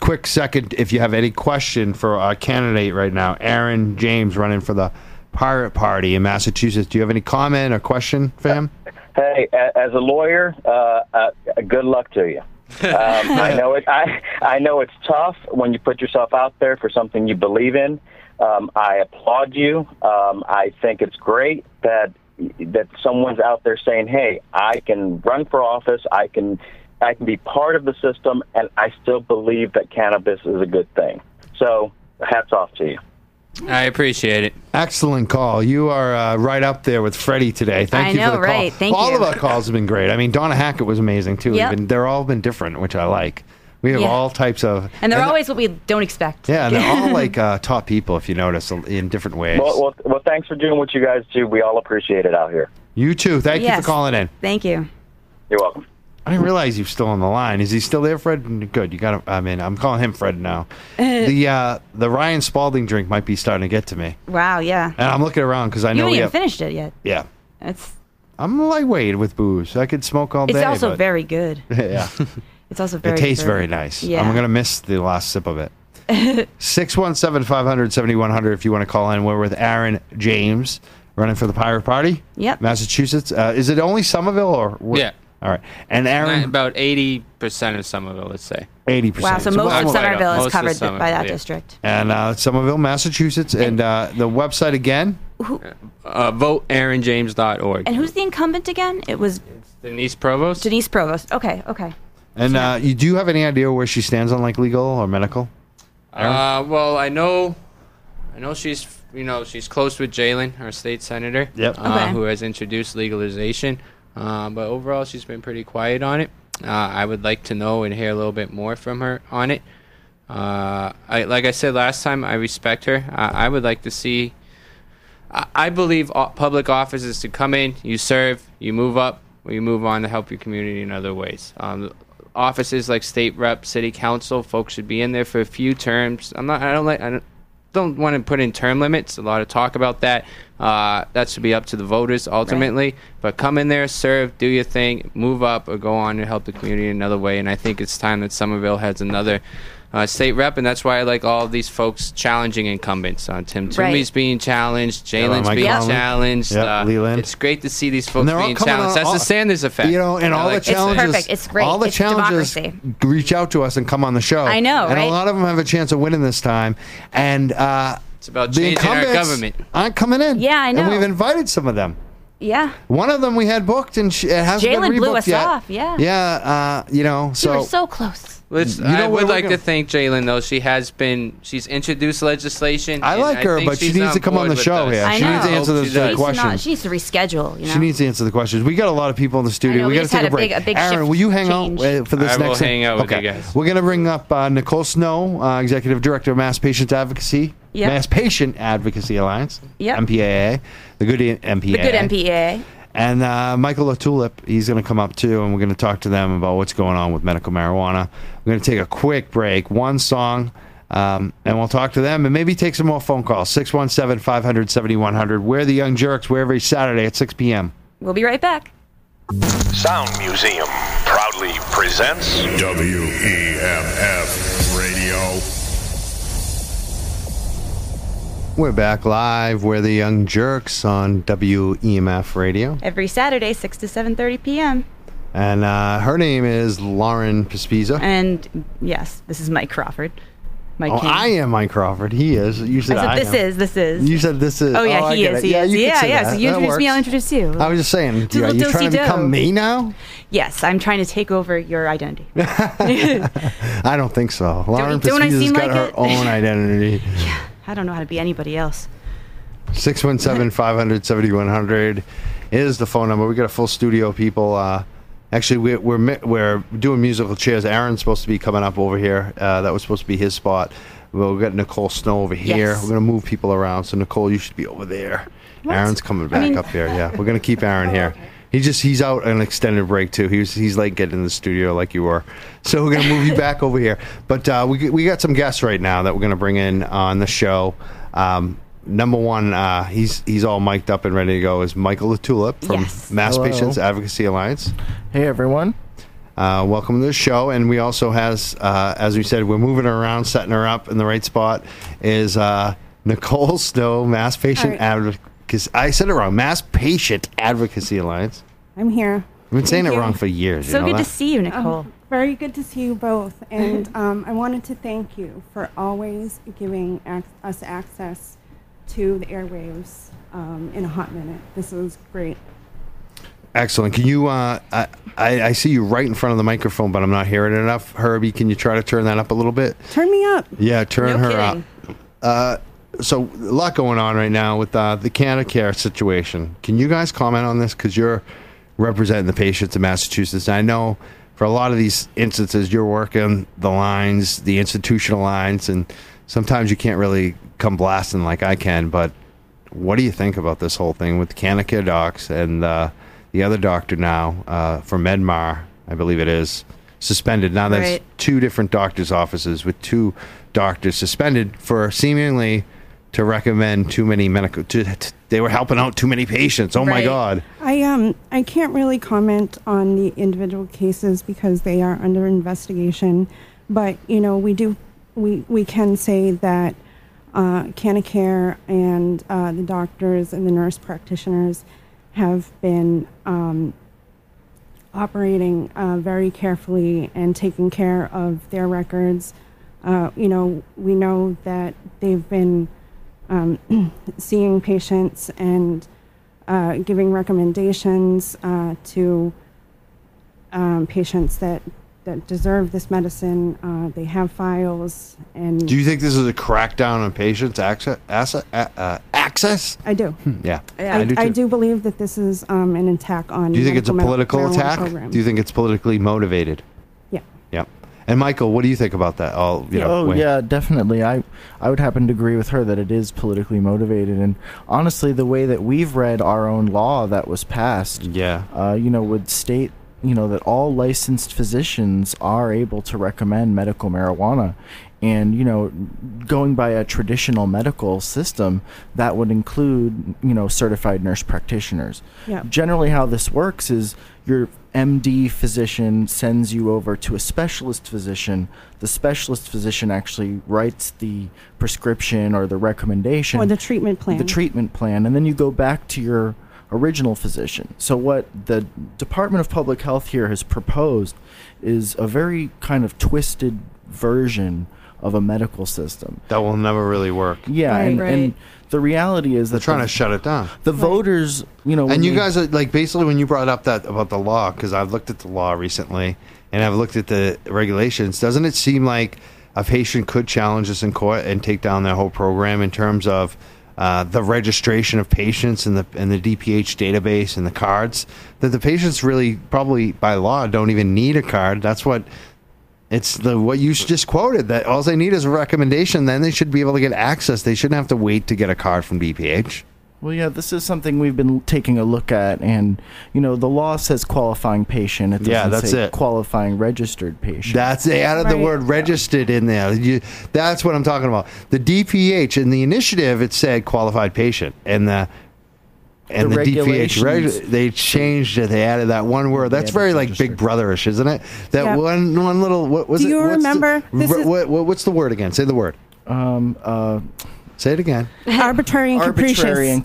quick second if you have any question for our candidate right now, Aaron James, running for the Pirate Party in Massachusetts. Do you have any comment or question for him?
Hey, a- as a lawyer, uh, uh, good luck to you. Um, I know it. I I know it's tough when you put yourself out there for something you believe in. Um, I applaud you. Um, I think it's great that that someone's out there saying, "Hey, I can run for office. I can I can be part of the system, and I still believe that cannabis is a good thing." So, hats off to you.
I appreciate it.
Excellent call. You are uh, right up there with Freddie today. Thank
I
you for
know,
the call.
right. Thank
all
you.
of our calls have been great. I mean, Donna Hackett was amazing too.
Yep.
Even they're all been different, which I like. We have
Yeah.
all types of
And they're always what we don't expect.
yeah, and they're
*laughs*
all like uh, top people if you notice in different ways.
Well, well, well, thanks for doing what you guys do. We all appreciate it out here.
you too. Thank you
Yes.
for calling in.
Thank you.
You're welcome.
I didn't realize you were still on the line. Is he still there, Fred? Good. You got him. I mean, I'm calling him Fred
*laughs*
now. the uh, the Ryan Spalding drink might be starting to get to me,
Wow, yeah.
and I'm looking around because I
you
know
haven't
we
even
have.
finished it yet.
Yeah,
It's
I'm lightweight with booze. I could smoke all
it's
day.
also
but-
very good.
*laughs*
*laughs*
yeah.
It's also very
It tastes
good.
very nice.
Yeah.
I'm going to miss the last sip of it. *laughs* 617 500 7100 if you want to call in. We're with Aaron James running for the Pirate Party.
Yep.
Massachusetts. Uh, is it only Somerville or? what-
Yeah.
All right. And
Uh,
Aaron,
About 80% of Somerville, let's say.
80%.
*laughs* Wow, so most
almost
of
right up.
Somerville
Most
is
of
covered
Somerville,
by that
yeah.
district.
And uh, Somerville, Massachusetts. And uh, the website again?
Uh, vote AaronJames.org.
And who's the incumbent again? It was
Denise Provost?
Denise Provost. Okay, okay.
And uh, you do have any idea where she stands on like legal or medical?
Uh, well, I know, I know she's you know she's close with Jalen, our state senator,
Yep.
uh,
Okay.
who has introduced legalization. Uh, but overall, she's been pretty quiet on it. Uh, I would like to know and hear a little bit more from her on it. Uh, I, like I said last time, I respect her. I, I would like to see. I, I believe o- public office is to come in, you serve, you move up, or you move on to help your community in other ways. Um, offices like state rep, city council, folks should be in there for a few terms. I'm not. I don't like. I don't. Don't want to put in term limits. A lot of talk about that. Uh, that should be up to the voters ultimately. But come in there, serve, do your thing, move up, or go on and help the community in another way. And I think it's time that Somerville has another uh, state rep, and that's why I like all these folks challenging incumbents. Uh, Tim
Right.
Toomey's being challenged, Jalen's
Mike
being
Conley.
challenged.
Yep,
uh,
Leland.
It's great to see these folks
And they're all
being
coming
challenged.
on-
That's
all-
the Sanders effect.
You know, and
I
all
like
the
that.
challenges.
perfect. It's great.
All the
It's
challenges
democracy.
reach out to us and come on the show.
I know,
And
right?
a lot of them have a chance of winning this time. And uh,
It's about changing our
incumbents
government.
aren't coming in.
Yeah, I
And
know.
we've invited some of them.
Yeah.
One of them we had booked, and she, it hasn't been
Jalen blew
rebooked
us
yet.
off, yeah.
Yeah, uh, you know,
You
so,
were so close.
Let's-
You know
I
what
would
we're
like
gonna-
to thank Jalen though. She has been. She's introduced legislation.
I
and
like her,
think
but she
she's
needs to come on
board
the
with
show
us.
here.
I
she needs to
know.
answer
Hope
this
she does.
uh,
She needs, to
question.
not, she needs to reschedule, you know?
She needs to answer the questions. We got a lot of people in the studio.
know,
we
we
got to
just
take
had
a
a
break.
big- a big
Aaron,
shift
will you hang
change.
out uh, for this
I will
next? thing?
hang out with
okay.
you guys.
We're going to bring up uh, Nicole Snow, uh, executive director of Mass Patient Advocacy,
Yep.
Mass Patient Advocacy Alliance,
Yep.
MPAA, the good I- MPAA,
The good MPA.
and uh, Michael O'Tulip. He's going to come up too, and we're going to talk to them about what's going on with medical marijuana. We're going to take a quick break, one song. Um, and we'll talk to them and maybe take some more phone calls. 617 500 7100. We're the Young Jerks. We're every Saturday at 6 p.m.
We'll be right back.
Sound Museum proudly presents WEMF Radio.
We're back live. We're the Young Jerks on WEMF Radio.
Every Saturday, 6 to 7.30 p.m.
And uh, her name is Lauren Pespisa.
And, yes, this is Mike Crawford. Mike
Oh,
King.
I am Mike Crawford. He is. You said
I
I
said, this
am.
is, this is.
You said this is.
oh, yeah,
I
he
get it.
is, he
yeah,
is.
You could
yeah,
say
yeah,
that.
so you
That
introduce me,
works.
I'll introduce you.
I was just saying,
a
do- are
little
you trying to
do-si-do.
become me now?
yes, I'm trying to take over your identity.
I don't think so. Lauren
don't I
Pespisa has
seem
got
like
her
it? *laughs*
own identity.
I don't know how to be anybody else.
617 500 7100 is the phone number. We got a full studio, people. Uh, actually, we're, we're, mi- we're doing musical chairs. Aaron's supposed to be coming up over here. Uh, that was supposed to be his spot. Well, we got Nicole Snow over here.
Yes.
We're going to move people around. So, Nicole, you should be over there.
What?
Aaron's coming back
mean- Oh,
up here. Yeah, we're going to
*laughs*
keep Aaron here. He just he's out on an extended break too. He was he's like getting in the studio like you were, so we're gonna move you back over here. But uh, we we got some guests right now that we're gonna bring in on the show. Um, number one, uh, he's he's all mic'd up and ready to go. Is Michael Latulip from
Yes.
Mass
Hello.
Patients Advocacy Alliance.
Hey everyone.
Uh, welcome to the show, and we also has uh, as we said, we're moving her around, setting her up in the right spot. Is uh, Nicole Snow, Mass Patient Advocacy? I said it wrong. Mass Patient Advocacy Alliance.
I'm here.
I've been saying
Thank
it
you. Um,
wrong for years. you
So
know
good
that?
to see you, Nicole.
Very good to see you both. And *laughs* um, I wanted to thank you for always giving ac- us access to the airwaves um, in a hot minute. This is great.
Excellent. Can you? Uh, I, I I see you right in front of the microphone, but I'm not hearing it enough. Herbie, can you try to turn that up a little bit?
Turn me up.
Yeah, turn
No
her
kidding.
up. Uh, so a lot going on right now with uh, the Care situation. Can you guys comment on this? Because you're representing the patients in Massachusetts. And I know for a lot of these instances, you're working the lines, the institutional lines, and sometimes you can't really come blasting like I can. But what do you think about this whole thing with Care docs and uh, the other doctor now uh, for Medmar, I believe it is, suspended. Now that's
Right.
two different doctors' offices with two doctors suspended for seemingly to recommend too many medical. To, t- they were helping out too many patients. Oh my
Right.
God!
I um I can't really comment on the individual cases because they are under investigation, but you know we do we we can say that uh, Canacare and uh, the doctors and the nurse practitioners have been um, operating uh, very carefully and taking care of their records. Uh, you know, we know that they've been um, *clears throat* seeing patients and uh, giving recommendations uh, to um, patients that, that deserve this medicine. Uh, they have files, and
Do you think this is a crackdown on patients' access? Asset, uh, uh, access?
I do.
Hmm. Yeah,
I, I, do believe that this is um, an attack on.
Do you think it's a
medical mar-
political
marijuana
attack?
program.
Do you think it's politically motivated?
Yeah. *laughs*
Yep. And Michael, what do you think about that? All you know.
oh
when-
yeah, definitely. I I would happen to agree with her that it is politically motivated, and honestly, the way that we've read our own law that was passed,
yeah,
uh, you know, would state you know that all licensed physicians are able to recommend medical marijuana. And you know, going by a traditional medical system, that would include you know certified nurse practitioners.
Yeah.
Generally, how this works is your MD physician sends you over to a specialist physician. The specialist physician actually writes the prescription or the recommendation
Or the treatment plan.
the treatment plan, and then you go back to your original physician. So, what the Department of Public Health here has proposed is a very kind of twisted version of a medical system.
that will never really work.
Yeah, and, and the reality is that
trying to shut it down.
The voters, you know, when
and you
they-
guys are like basically when you brought up that about the law because I've looked at the law recently and I've looked at the regulations. Doesn't it seem like a patient could challenge this in court and take down their whole program in terms of uh, the registration of patients and the and the DPH database and the cards that the patients really probably by law don't even need a card. That's what. It's the what you just quoted that all they need is a recommendation. Then they should be able to get access. They shouldn't have to wait to get a card from DPH.
Well, yeah, this is something we've been taking a look at, and you know, the law says qualifying patient. It doesn't
Yeah, that's
say
it.
qualifying registered patient.
That's they added the
Right.
word registered in there. You, that's what I'm talking about. The DPH in the initiative it said qualified patient, and the and
The
the, DPH
regulations.
reg- they changed it. They added that one word. That's very like Big Brotherish, isn't it? That
Yeah.
one one little what was
Do
it?
you
What's the-
remember? This
re-
is-
what, what- what's the word again? Say the word.
Um. Uh.
Say it again.
Arbitrary and capricious.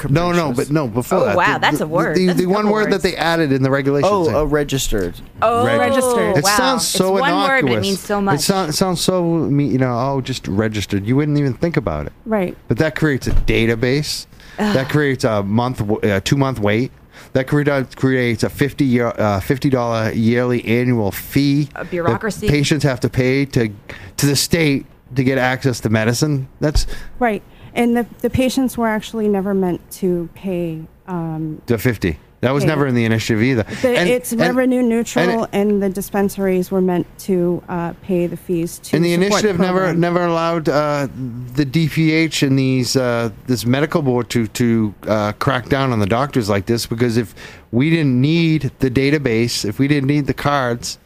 No, no, but no. Before
Oh,
that,
wow,
the-
that's a
the-
word.
The,
That's
the
a
one
couple
word that
words.
they added in the regulations.
Oh,
a
registered.
Oh,
It
wow.
sounds so
it's one
innocuous.
word, but it means so much.
It sounds sounds so me- you know. Oh, just registered. You wouldn't even think about it.
Right.
But that creates a database. that creates a month, w- uh, two month wait. That create- creates a fifty year, uh, fifty dollar yearly annual fee. A
bureaucracy.
Patients have to pay to to the state to get access to medicine. That's
Right, and the the patients were actually never meant to pay. Um,
the fifty. That was
Okay.
never in the initiative either.
the,
And-
it's
and-
revenue neutral, and,
and
the dispensaries were meant to uh, pay the fees to.
and the
support
initiative never
program.
never allowed uh, the DPH and these uh, this medical board to to uh, crack down on the doctors like this because if we didn't need the database, if we didn't need the cards,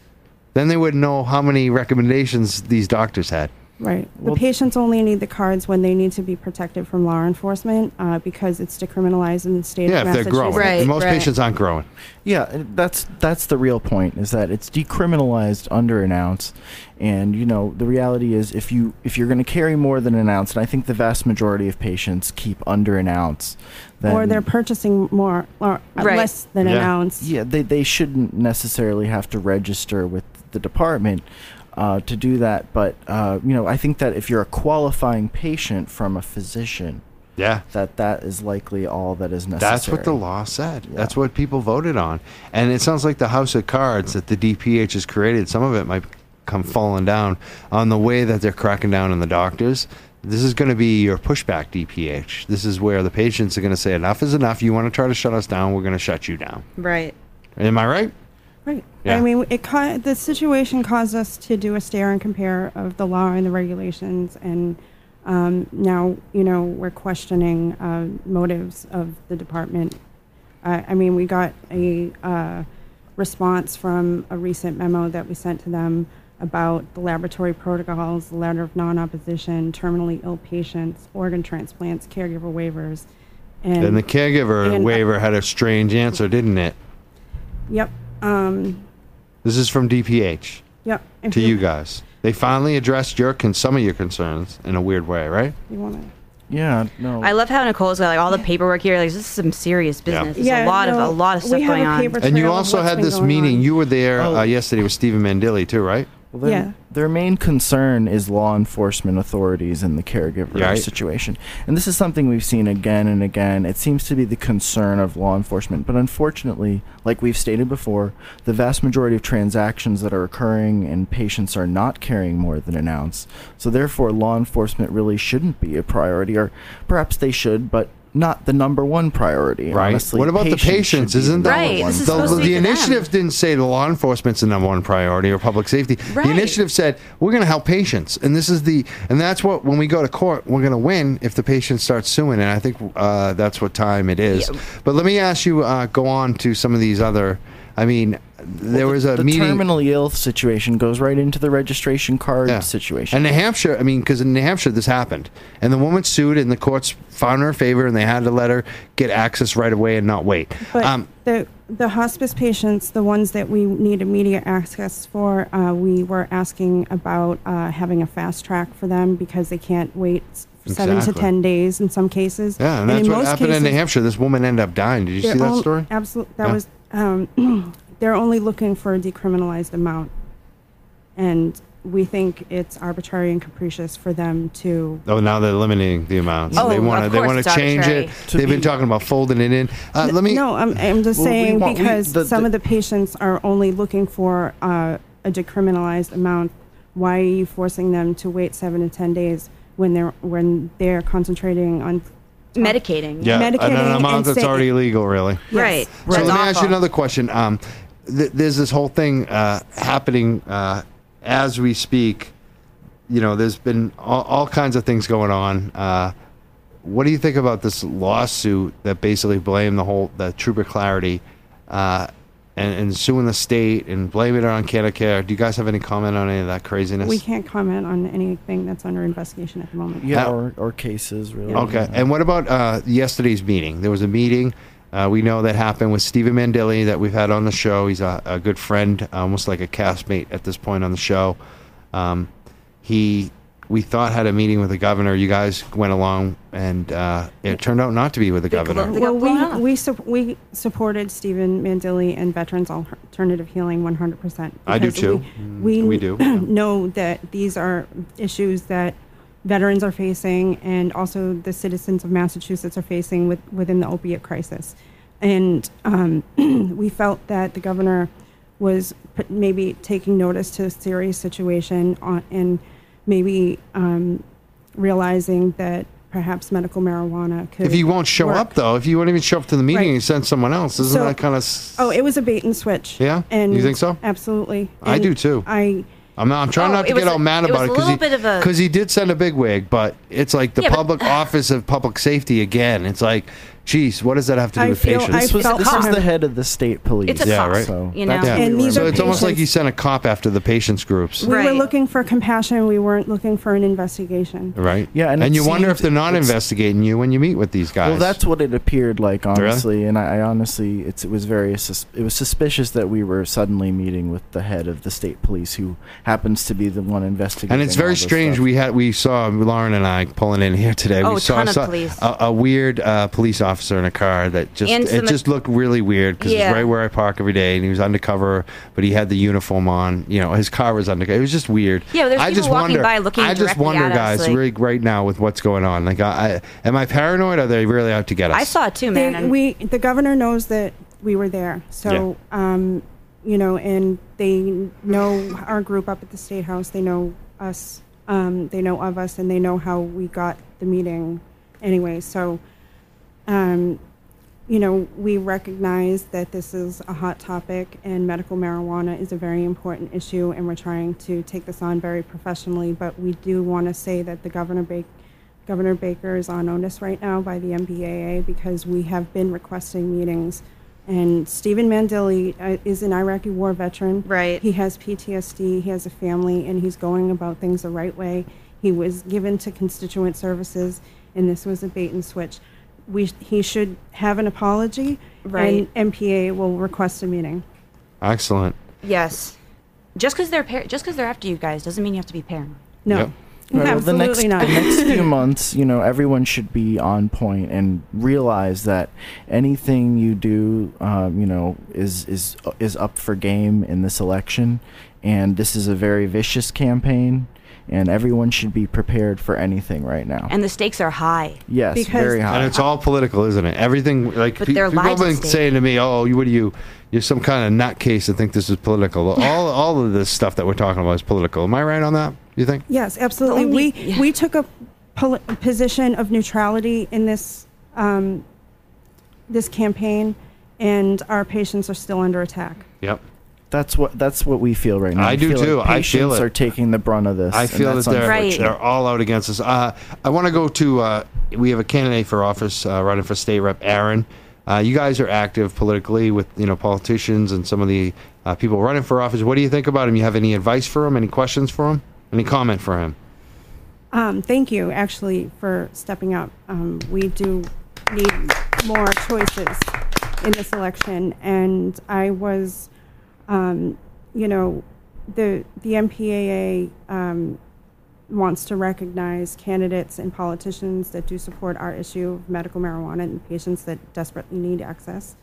then they wouldn't know how many recommendations these doctors had.
Right. the patients only need the cards when they need to be protected from law enforcement uh, because it's decriminalized in the state
Yeah,
of
if they're
Massachusetts.
growing, And most patients aren't growing.
Yeah, and that's that's the real point is that it's decriminalized under an ounce, and you know the reality is if you if you're going to carry more than an ounce, and I think the vast majority of patients keep under an ounce, then
or they're purchasing more or uh,
Right.
less than an ounce.
Yeah, they they shouldn't necessarily have to register with the department uh, to do that, but uh, you know I think that if you're a qualifying patient from a physician,
yeah,
that that is likely all that is necessary.
That's what the law said. That's what people voted on. And it sounds like the house of cards that the DPH has created, some of it might come falling down on the way that they're cracking down on the doctors. This is going to be your pushback DPH. This is where the patients are going to say, enough is enough. You want to try to shut us down, we're going to shut you down.
Right.
Am I right?
Right.
Yeah.
I mean, it ca- the situation caused us to do a stare and compare of the law and the regulations, and um, now you know we're questioning uh, motives of the department. Uh, I mean, we got a uh, response from a recent memo that we sent to them about the laboratory protocols, the letter of non-opposition, terminally ill patients, organ transplants, caregiver waivers, and
And, the caregiver
and-
waiver had a strange answer, didn't it?
Yep. Um,
This is from DPH
yep. If
to you guys. They finally addressed your con- some of your concerns in a weird way, right?
You want to?
Yeah, no.
I love how Nicole's got like all the paperwork here. Like this is some serious business. There's
Yeah,
a lot
no,
of a lot of
we
stuff
have
going
a
on.
paper
And you also had this meeting. You were there uh, yesterday with Stephen Mandilli too, right?
Oh. Well, their,
Yeah.
their main concern is law enforcement authorities in the caregiver
Right.
situation. And this is something we've seen again and again. It seems to be the concern of law enforcement. But unfortunately, like we've stated before, the vast majority of transactions that are occurring and patients are not carrying more than an ounce. So therefore, law enforcement really shouldn't be a priority, or perhaps they should, but not the number one priority.
Right.
Honestly,
what about the
patients should
patients?
be
Isn't
the
that
number one
the, the, initiative didn't say the law enforcement's the number one priority or public safety.
Right.
The initiative said we're going to help patients, and this is the and that's what when we go to court we're going to win if the patient starts suing, and I think uh, that's what time it is. But let me ask you, uh, go on to some of these other. I mean, there was a
the
meeting.
terminally ill situation goes right into the registration card situation.
And New Hampshire, I mean, because in New Hampshire this happened, and the woman sued, and the courts found her in favor, and they had to let her get access right away and not wait.
But
um,
the the hospice patients, the ones that we need immediate access for, uh, we were asking about uh, having a fast track for them because they can't wait s- seven to
Exactly.
ten days in some cases.
yeah, and that's what happened in New Hampshire. This woman ended up dying. Did you see that story?
Absolutely, that
Yeah.
was. Um, *clears throat* they're only looking for a decriminalized amount, and we think it's arbitrary and capricious for them to.
Oh, now they're limiting the amounts.
Oh,
they want to.
of
They
course
want to
it's
change
arbitrary.
it.
To
They've been
be-
talking about folding it in. Uh, let me.
No, I'm, I'm just
Well, we
saying
want- we-
because
the-
some
the-
of the patients are only looking for uh, a decriminalized amount. Why are you forcing them to wait seven to ten days when they're when they're concentrating on
medicating?
Yeah, and
medicating
an amount
and
that's
say-
already illegal, really.
Right.
So let
That's
me ask you
awful.
another question. Um, th- there's this whole thing uh, happening uh, as we speak. You know, there's been all, all kinds of things going on. Uh, what do you think about this lawsuit that basically blamed the whole the Trooper Clarity uh, and, and suing the state and blaming it on Care? Do you guys have any comment on any of that craziness?
We can't comment on anything that's under investigation at the moment.
yeah, or, or cases really.
Okay. And what about uh, yesterday's meeting? There was a meeting. Uh, we know that happened with Stephen Mandilli that we've had on the show. He's a, a good friend, almost like a castmate at this point on the show. Um, he, we thought had a meeting with the governor. You guys went along, and uh, it turned out not to be with the governor.
Well, we we, sup- we supported Stephen Mandilli and Veterans Alternative Healing 100. percent
I do too. Mm,
We,
We do, yeah.
*clears throat* know that these are issues that veterans are facing, and also the citizens of Massachusetts are facing with, within the opiate crisis. And um, *clears throat* we felt that the governor was p- maybe taking notice to a serious situation on, and maybe um, realizing that perhaps medical marijuana could
If you won't show
work.
up, though, if you won't even show up to the meeting, you send someone else. Isn't
So-
that kind of?
Oh, it was a bait and switch.
Yeah?
And
You think so?
Absolutely.
I
And
do, too.
I
I'm not. I'm trying
Oh,
not to
it was
get all
a-
mad
it was
about
a
it because
little bit of
he,
a-
'cause he did send a big wig, but it's like the
Yeah, but- *laughs*
public office of public safety again. It's like, geez, what does that have to do
I
with
feel-
patients?
I
This was,
felt
this was
for
the
him.
head of the state police.
It's a
yeah,
cop,
right.
So you know? that's who
Yeah.
And we these
so
were
it's almost like
patients-
you sent a cop after the patients groups,
we were looking for compassion. We weren't looking for an investigation.
right?
Yeah, and it
you wonder
seemed-
if they're not
it's-
investigating you when you meet with these guys.
Well, that's what it appeared like, honestly. And I, I honestly, it's, it was very sus- it was suspicious that we were suddenly meeting with the head of the state police, who happens to be the one investigating.
and it's
all
very
this
strange. We had we saw Lauren and I pulling in here today.
Oh,
we saw,
ton of
saw
police.
A, a weird uh, police officer in a car that just
And
it
some-
just looked really weird because
Yeah.
it's right where I park every day, and he was undercover, but he had the uniform on. You know, his car was undercover. It was just weird.
Yeah, but there's
I
people
just
walking
wonder,
by looking
I just
directly
wonder,
at us,
guys,
like-
really right now with what's going on. Like, I, I am I paranoid? Are they really out to get us?
it
too,
man.
and-
we the governor knows that we were there, so um, you know, and they know our group up at the state house. They know us. Um, they know of us and they know how we got the meeting anyway. So, um, you know, we recognize that this is a hot topic and medical marijuana is a very important issue, and we're trying to take this on very professionally. But we do want to say that the governor Baker. Governor Baker is on notice right now by the MPAA because we have been requesting meetings. And Stephen Mandeli uh, is an Iraqi war veteran. Right. He has PTSD, he has a family, and he's going about things the right way. He was given to constituent services, and this was a bait and switch. We, he should have an apology,
Right.
and MPA will request a meeting.
Excellent.
Yes. Just because they're par- just because they're after you guys doesn't mean you have to be paranoid.
No.
Right, well, the next,
Absolutely not.
The next
*laughs*
few months, you know, everyone should be on point and realize that anything you do, um, you know, is is is up for game in this election, and this is a very vicious campaign, and everyone should be prepared for anything right now.
And the stakes are high.
Yes, very high.
And it's all political, isn't it? Everything like
But
pe-
their
people have
lives at
been
stake.
saying to me, "Oh, you what are you? You're some kind of nutcase and think this is political."
*laughs*
All all of this stuff that we're talking about is political. Am I right on that? You think?
Yes, absolutely.
only-
we we took a poli- position of neutrality in this um, this campaign, and our patients are still under attack.
Yep.
That's what that's what we feel right now.
I do
feel
too. I
Like
feel
patients
it.
are taking the brunt of this.
I
and
feel that
that's
they're
unfortunate.
they're all out against us. Uh, I want to go to. Uh, we have a candidate for office uh, running for state rep, Aaron. Uh, you guys are active politically with you know politicians and some of the uh, people running for office. What do you think about him? You have any advice for him? Any questions for him? Any comment for him?
Um, thank you, actually, for stepping up. Um, we do need more choices in this election, and I was, um, you know, the the MPAA um, wants to recognize candidates and politicians that do support our issue of medical marijuana and patients that desperately need access.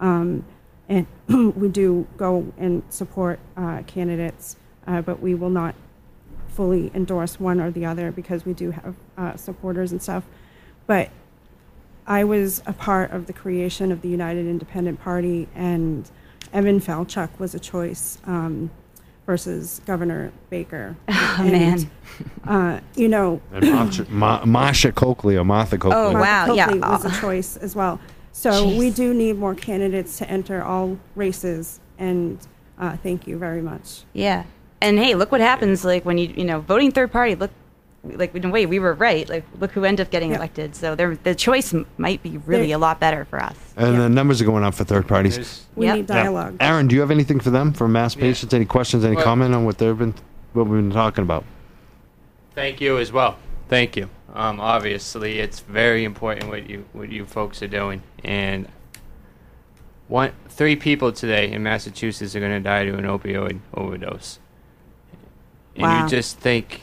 Um, and *clears throat* we do go and support uh, candidates, uh, but we will not fully endorse one or the other because we do have uh, supporters and stuff. But I was a part of the creation of the United Independent Party, and Evan Falchuk was a choice um, versus Governor
*laughs*
Baker. Oh,
man.
Uh, you know,
And Marcia, Ma- Marsha Coakley or
Oh,
Martha Coakley?
Martha Coakley
yeah.
was a choice as well. So we do need more candidates to enter all races, and uh, thank you very much.
Yeah. And hey, look what happens like when you you know voting third party. Look, like in a way we were right. Like look who ended up getting elected. So there, the choice m- might be really a lot better for us.
And the numbers are going up for third parties.
We Yep. need
Yeah.
dialogue.
Aaron, do you have anything for them for mass patients? Any questions? Any
Well-
comment on what they've been what we've been talking about?
Thank you as well. Thank you. Um, obviously, it's very important what you what you folks are doing, and one three people today in Massachusetts are going to die to an opioid overdose. And
Wow.
you just think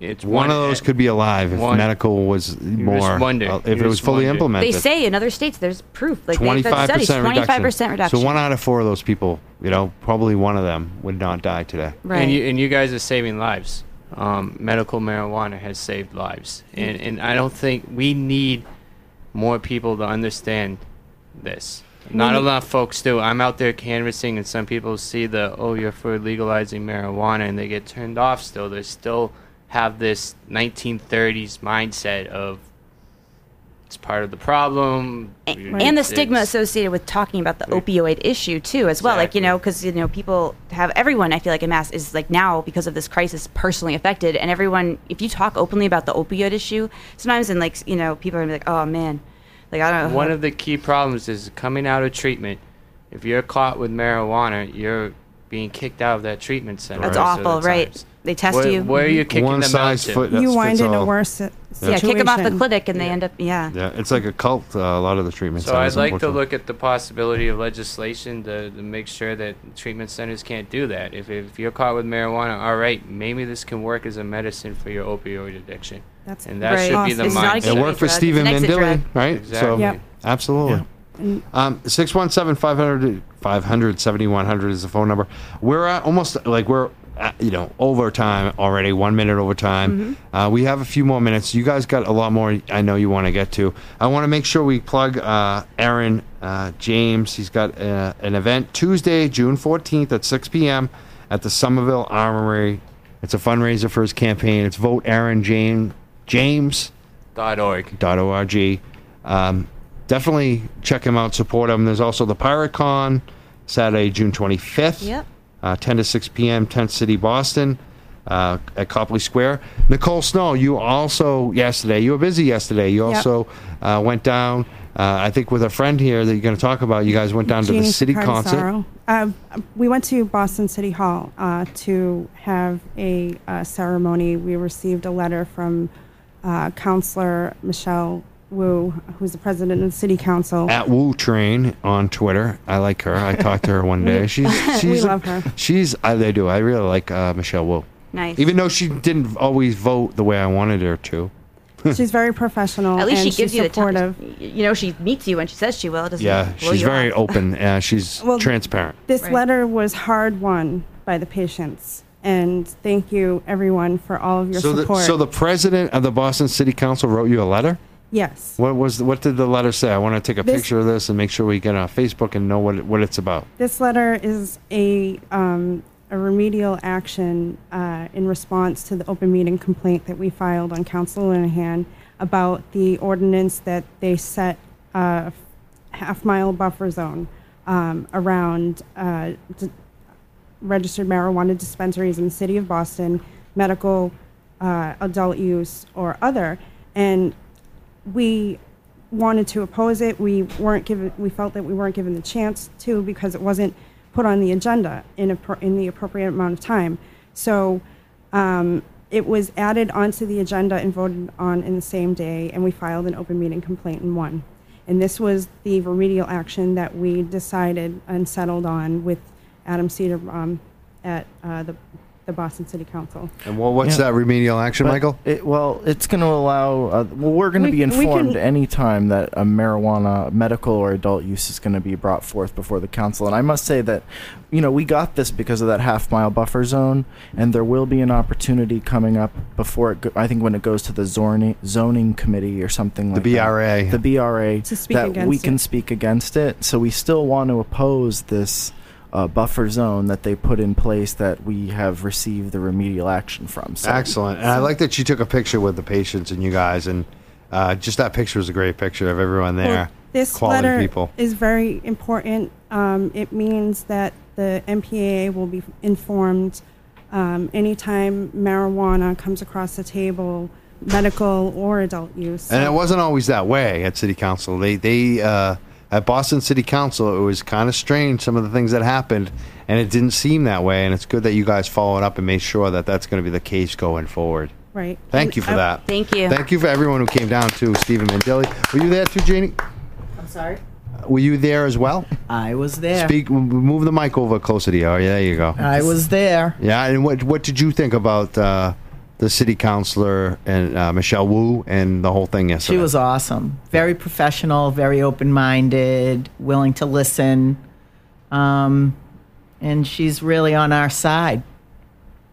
it's e-
One, of those could be alive if
uh, one-
medical was more.
wonder.
uh,
You
if it was
just
fully
wonder.
implemented.
They say in other states there's proof. Like they've done
Twenty-five
studies,
percent
twenty five
reduction.
percent reduction.
So one out of four of those people, you know, probably one of them would not die today.
Right.
And you and you guys are saving lives. Um, medical marijuana has saved lives, and and I don't think we need more people to understand this. Not a
Mhm.
lot of folks do. I'm out there canvassing, and some people see the oh, you're for legalizing marijuana, and they get turned off. Still, they still have this 1930s mindset of it's part of the problem,
and the stigma associated with talking about the opioid issue too as well like you know because you know people have everyone i feel like in mass is like now because of this crisis personally affected and everyone if you talk openly about the opioid issue sometimes and like you know people are gonna be like oh man like i
Uh-huh.
don't know
One of the key problems is coming out of treatment. If you're caught with marijuana, you're being kicked out of that treatment center.
that's
most of the
awful right
times.
they test
Where-
you
Where are you kicking
One
them
size
out
fit-
to?
that
You
fits
wind in a
all.
worse si-
yeah kick them off the
situation.
clinic and they end up yeah
Yeah, it's like a cult. Uh, a lot of the treatments.
So I'd like to look at the possibility of legislation to, to make sure that treatment centers can't do that. If, if you're caught with marijuana, all right, maybe this can work as a medicine for your opioid addiction.
That's
and that
Right.
should be the
It's not a
mindset.
It worked for Stephen Mandilli, right? So
Exactly.
absolutely. Um, 617-500-500, 7100 is the phone number. We're at almost like we're at, you know over time already. One minute over time. Uh, we have a few more minutes. You guys got a lot more. I know you want to get to. I want to make sure we plug uh, Aaron uh, James. He's got uh, an event Tuesday, June fourteenth at six p.m. at the Somerville Armory It's a fundraiser for his campaign. It's vote Aaron James James
Dot org.
dot org. Um, definitely check him out, support him. There's also the Pirate Con Saturday, June 25th,
Yep.
uh, 10 to 6 p.m., Tent City, Boston, uh, at Copley Square. Nicole Snow, you also yesterday you were busy yesterday. You
Yep.
also uh, went down. Uh, I think with a friend here that you're going to talk about. You guys went down to the
Jeannie
city concert.
Cardissaro. Uh, we went to Boston City Hall uh, to have a uh, ceremony. We received a letter from uh, Counselor Michelle Wu, who's the president of the City Council.
at Woo Train on Twitter. I like her. I talked to her
*laughs*
one day. She's, she's
we
a-
love her.
She's I, they do. I really like uh, Michelle Wu.
Nice.
Even though she didn't always vote the way I wanted her to.
She's very professional.
At least
and
she gives
she's
you the
supportive.
time. You know, she meets you when she says she will. It doesn't
yeah,
blow
she's
you
very
*laughs*
off.
open. Uh, she's
Well,
transparent.
This letter was hard won by the patients, and thank you everyone for all of your
So the,
support.
so the president of the Boston City Council wrote you a letter.
yes.
What was what did the letter say? I want to take a
This-
picture of this and make sure we get on Facebook and know what it- what it's about.
This letter is a, um, a remedial action uh, in response to the open meeting complaint that we filed on Council Linehan about the ordinance that they set a half mile buffer zone um, around uh, d- registered marijuana dispensaries in the city of Boston, medical, uh, adult use, or other. And we wanted to oppose it. We weren't given. We felt that we weren't given the chance to because it wasn't put on the agenda in a, pro- in the appropriate amount of time. So um, it was added onto the agenda and voted on in the same day, and we filed an open meeting complaint and won. And this was the remedial action that we decided and settled on with Adam Cedarbaum at uh, the, the Boston City Council.
And well, what's that remedial action,
But
Michael?
It, well, it's going to allow. Uh, well, we're going to
We-
be
we can-
informed any time that a marijuana, medical, or adult use is going to be brought forth before the council. And I must say that, you know, we got this because of that half mile buffer zone, and there will be an opportunity coming up before it. Go- I think when it goes to the zoning zoning committee or something like
BRA.
that, the BRA,
To speak
that we
against
can
it.
speak against it. So we still want to oppose this. Uh, buffer zone that they put in place that we have received the remedial action from. So
Excellent. And I like that you took a picture with the patients and you guys, and uh, just that picture was a great picture of everyone there.
Well, this
Quality
letter
people.
is very important. Um, it means that the MPAA will be informed um, anytime marijuana comes across the table, medical or adult use.
And it wasn't always that way at City Council. They they uh, at Boston City Council, it was kind of strange some of the things that happened, and it didn't seem that way. And it's good that you guys followed up and made sure that that's going to be the case going forward.
Right. uh,
Thank you for
I-
that.
Thank you.
Thank you for everyone who came down too. Stephen Mandeli, were you there too, Janie?
I'm sorry.
Were you there as well?
I was there.
Speak. m- Move the mic over closer to you. Oh, yeah, there you go.
I was there.
Yeah, and what what did you think about uh, the city councilor and uh, Michelle Wu and the whole thing yesterday?
She was awesome. Very professional, very open minded, willing to listen. Um, and she's really on our side,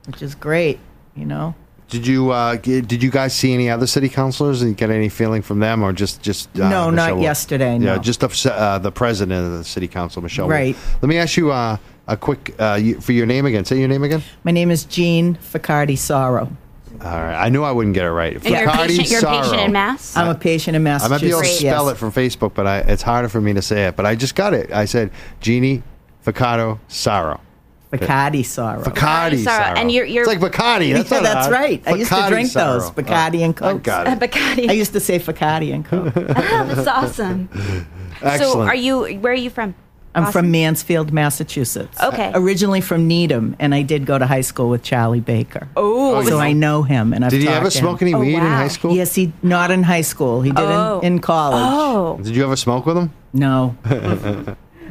which is great, you know?
Did you uh, g- did you guys see any other city councilors and get any feeling from them or just just uh,
No, not
Wu?
yesterday,
Yeah,
no.
just the f- uh, the president of the city council, Michelle. Wu.
Right.
Let me ask you uh, a quick uh, you, for your name again. Say your name again.
My name is Jean Ficardi Sorrow.
All right. I knew I wouldn't get it right.
And you're a
Ficardi
patient, you're a patient
Saro.
in Mass?
I'm a patient in
I might
Massachusetts.
be able to spell
yes.
it from Facebook, but I, it's harder for me to say it. But I just got it. I said Jeannie Ficado Saro.
Bacardi Sorrow.
Bacardi
Sorrow.
Sorrow.
And you're- you're-
it's like Bacardi. That's,
yeah,
not
*laughs* that's
a-
right. I used to
Bacardi
drink those,
Sorrow. Oh,
Bacardi and Coke.
got
*laughs*
it.
I used to say
*laughs*
Bacardi and Coke.
Oh, that's awesome. So, are you? Where are you from?
I'm
Boston?
from Mansfield, Massachusetts. Uh,
Okay.
originally from Needham, and I did go to high school with Charlie Baker.
Oh,
so
was-
I know him. And I've
Did he
talked
ever
to him.
smoke any Oh, weed in wow. high school?
Yes, he not in high school. He did
Oh.
in, in college.
Oh.
Did you ever smoke with him? *laughs*
No.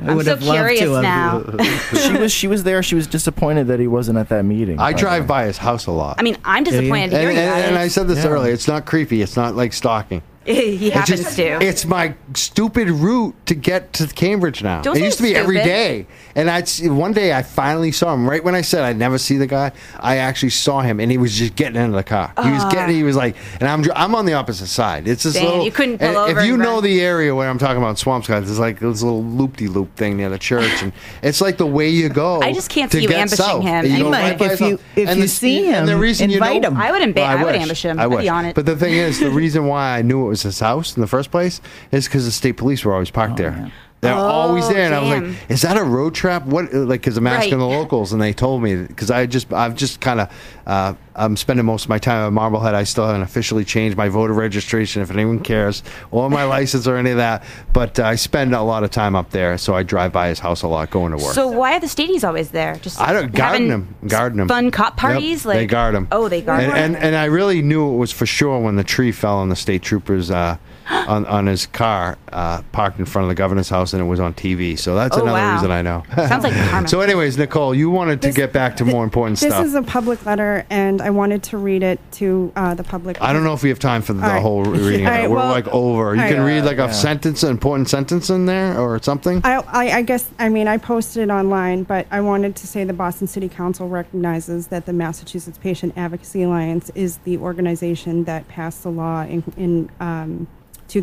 I would
so
have loved
curious
to have.
now.
*laughs* she was she was there. She was disappointed that he wasn't at that meeting.
I drive by his house a lot.
I mean, I'm
Do you?
disappointed
and,
hearing
and-
about
and
it.
I said this
Yeah.
earlier. It's not creepy. It's not like stalking.
*laughs* he
It's
happens
just-
to.
It's my stupid route to get to Cambridge now.
Don't
it
say
used to be every
stupid.
day, and I one day I finally saw him. Right when I said I'd never see the guy, I actually saw him, and he was just getting into the car. He was
Ah.
getting. He was like, and I'm dr- I'm on the opposite side. It's this
Damn,
little.
you couldn't pull
and
over
If you
and
know
run.
the area where I'm talking about, Swamp Scott, there's like this little loop de loop thing near the church,
*sighs*
and it's like the way you go.
I just can't
to
see you
get
ambushing
south.
him.
You
You
go
might,
right by
if
yourself.
you- if
And
you
the-
see
and the
him,
reason you
invite
know-
him. I would emba-
Well,
I would
wish.
ambush him.
I
I'd be
wish.
on it.
But the thing is, the reason why I knew it was his house in the first place is because the state police were always parked there. They're always
Oh,
there, and I was
damn.
like, "Is that a road trap? What?" Like, because I'm asking
Right.
the locals, and they told me because I just, I've just kind of, uh, I'm spending most of my time at Marblehead. I still haven't officially changed my voter registration, if anyone cares, or
*laughs*
my license or any of that. But uh, I spend a lot of time up there, so I drive by his house a lot, going to work.
So why are the stadies always there? Just
I don't
having
garden them. Garden them.
Fun cop parties,
they
like-
guard them.
Oh, they guard
and,
'em.
And and I really knew it was for sure when the tree fell on the state troopers uh,
*gasps*
on on his car uh, parked in front of the governor's house, and it was on TV. So that's
Oh,
another
wow.
reason I
*laughs*
know. Sounds like karma. So, anyways, Nicole, you wanted to get back to more important
This
stuff.
is a public letter, and I wanted to read it to uh, the public.
I don't know if we have time for the
All right. *laughs*
whole reading.
All
of it.
right,
We're
well-
like over. You
all
can
right.
read like a
Yeah.
sentence, an important sentence in there, or something.
I, I, I guess, I mean, I posted it online, but I wanted to say the Boston City Council recognizes that the Massachusetts Patient Advocacy Alliance is the organization that passed the law in, in um,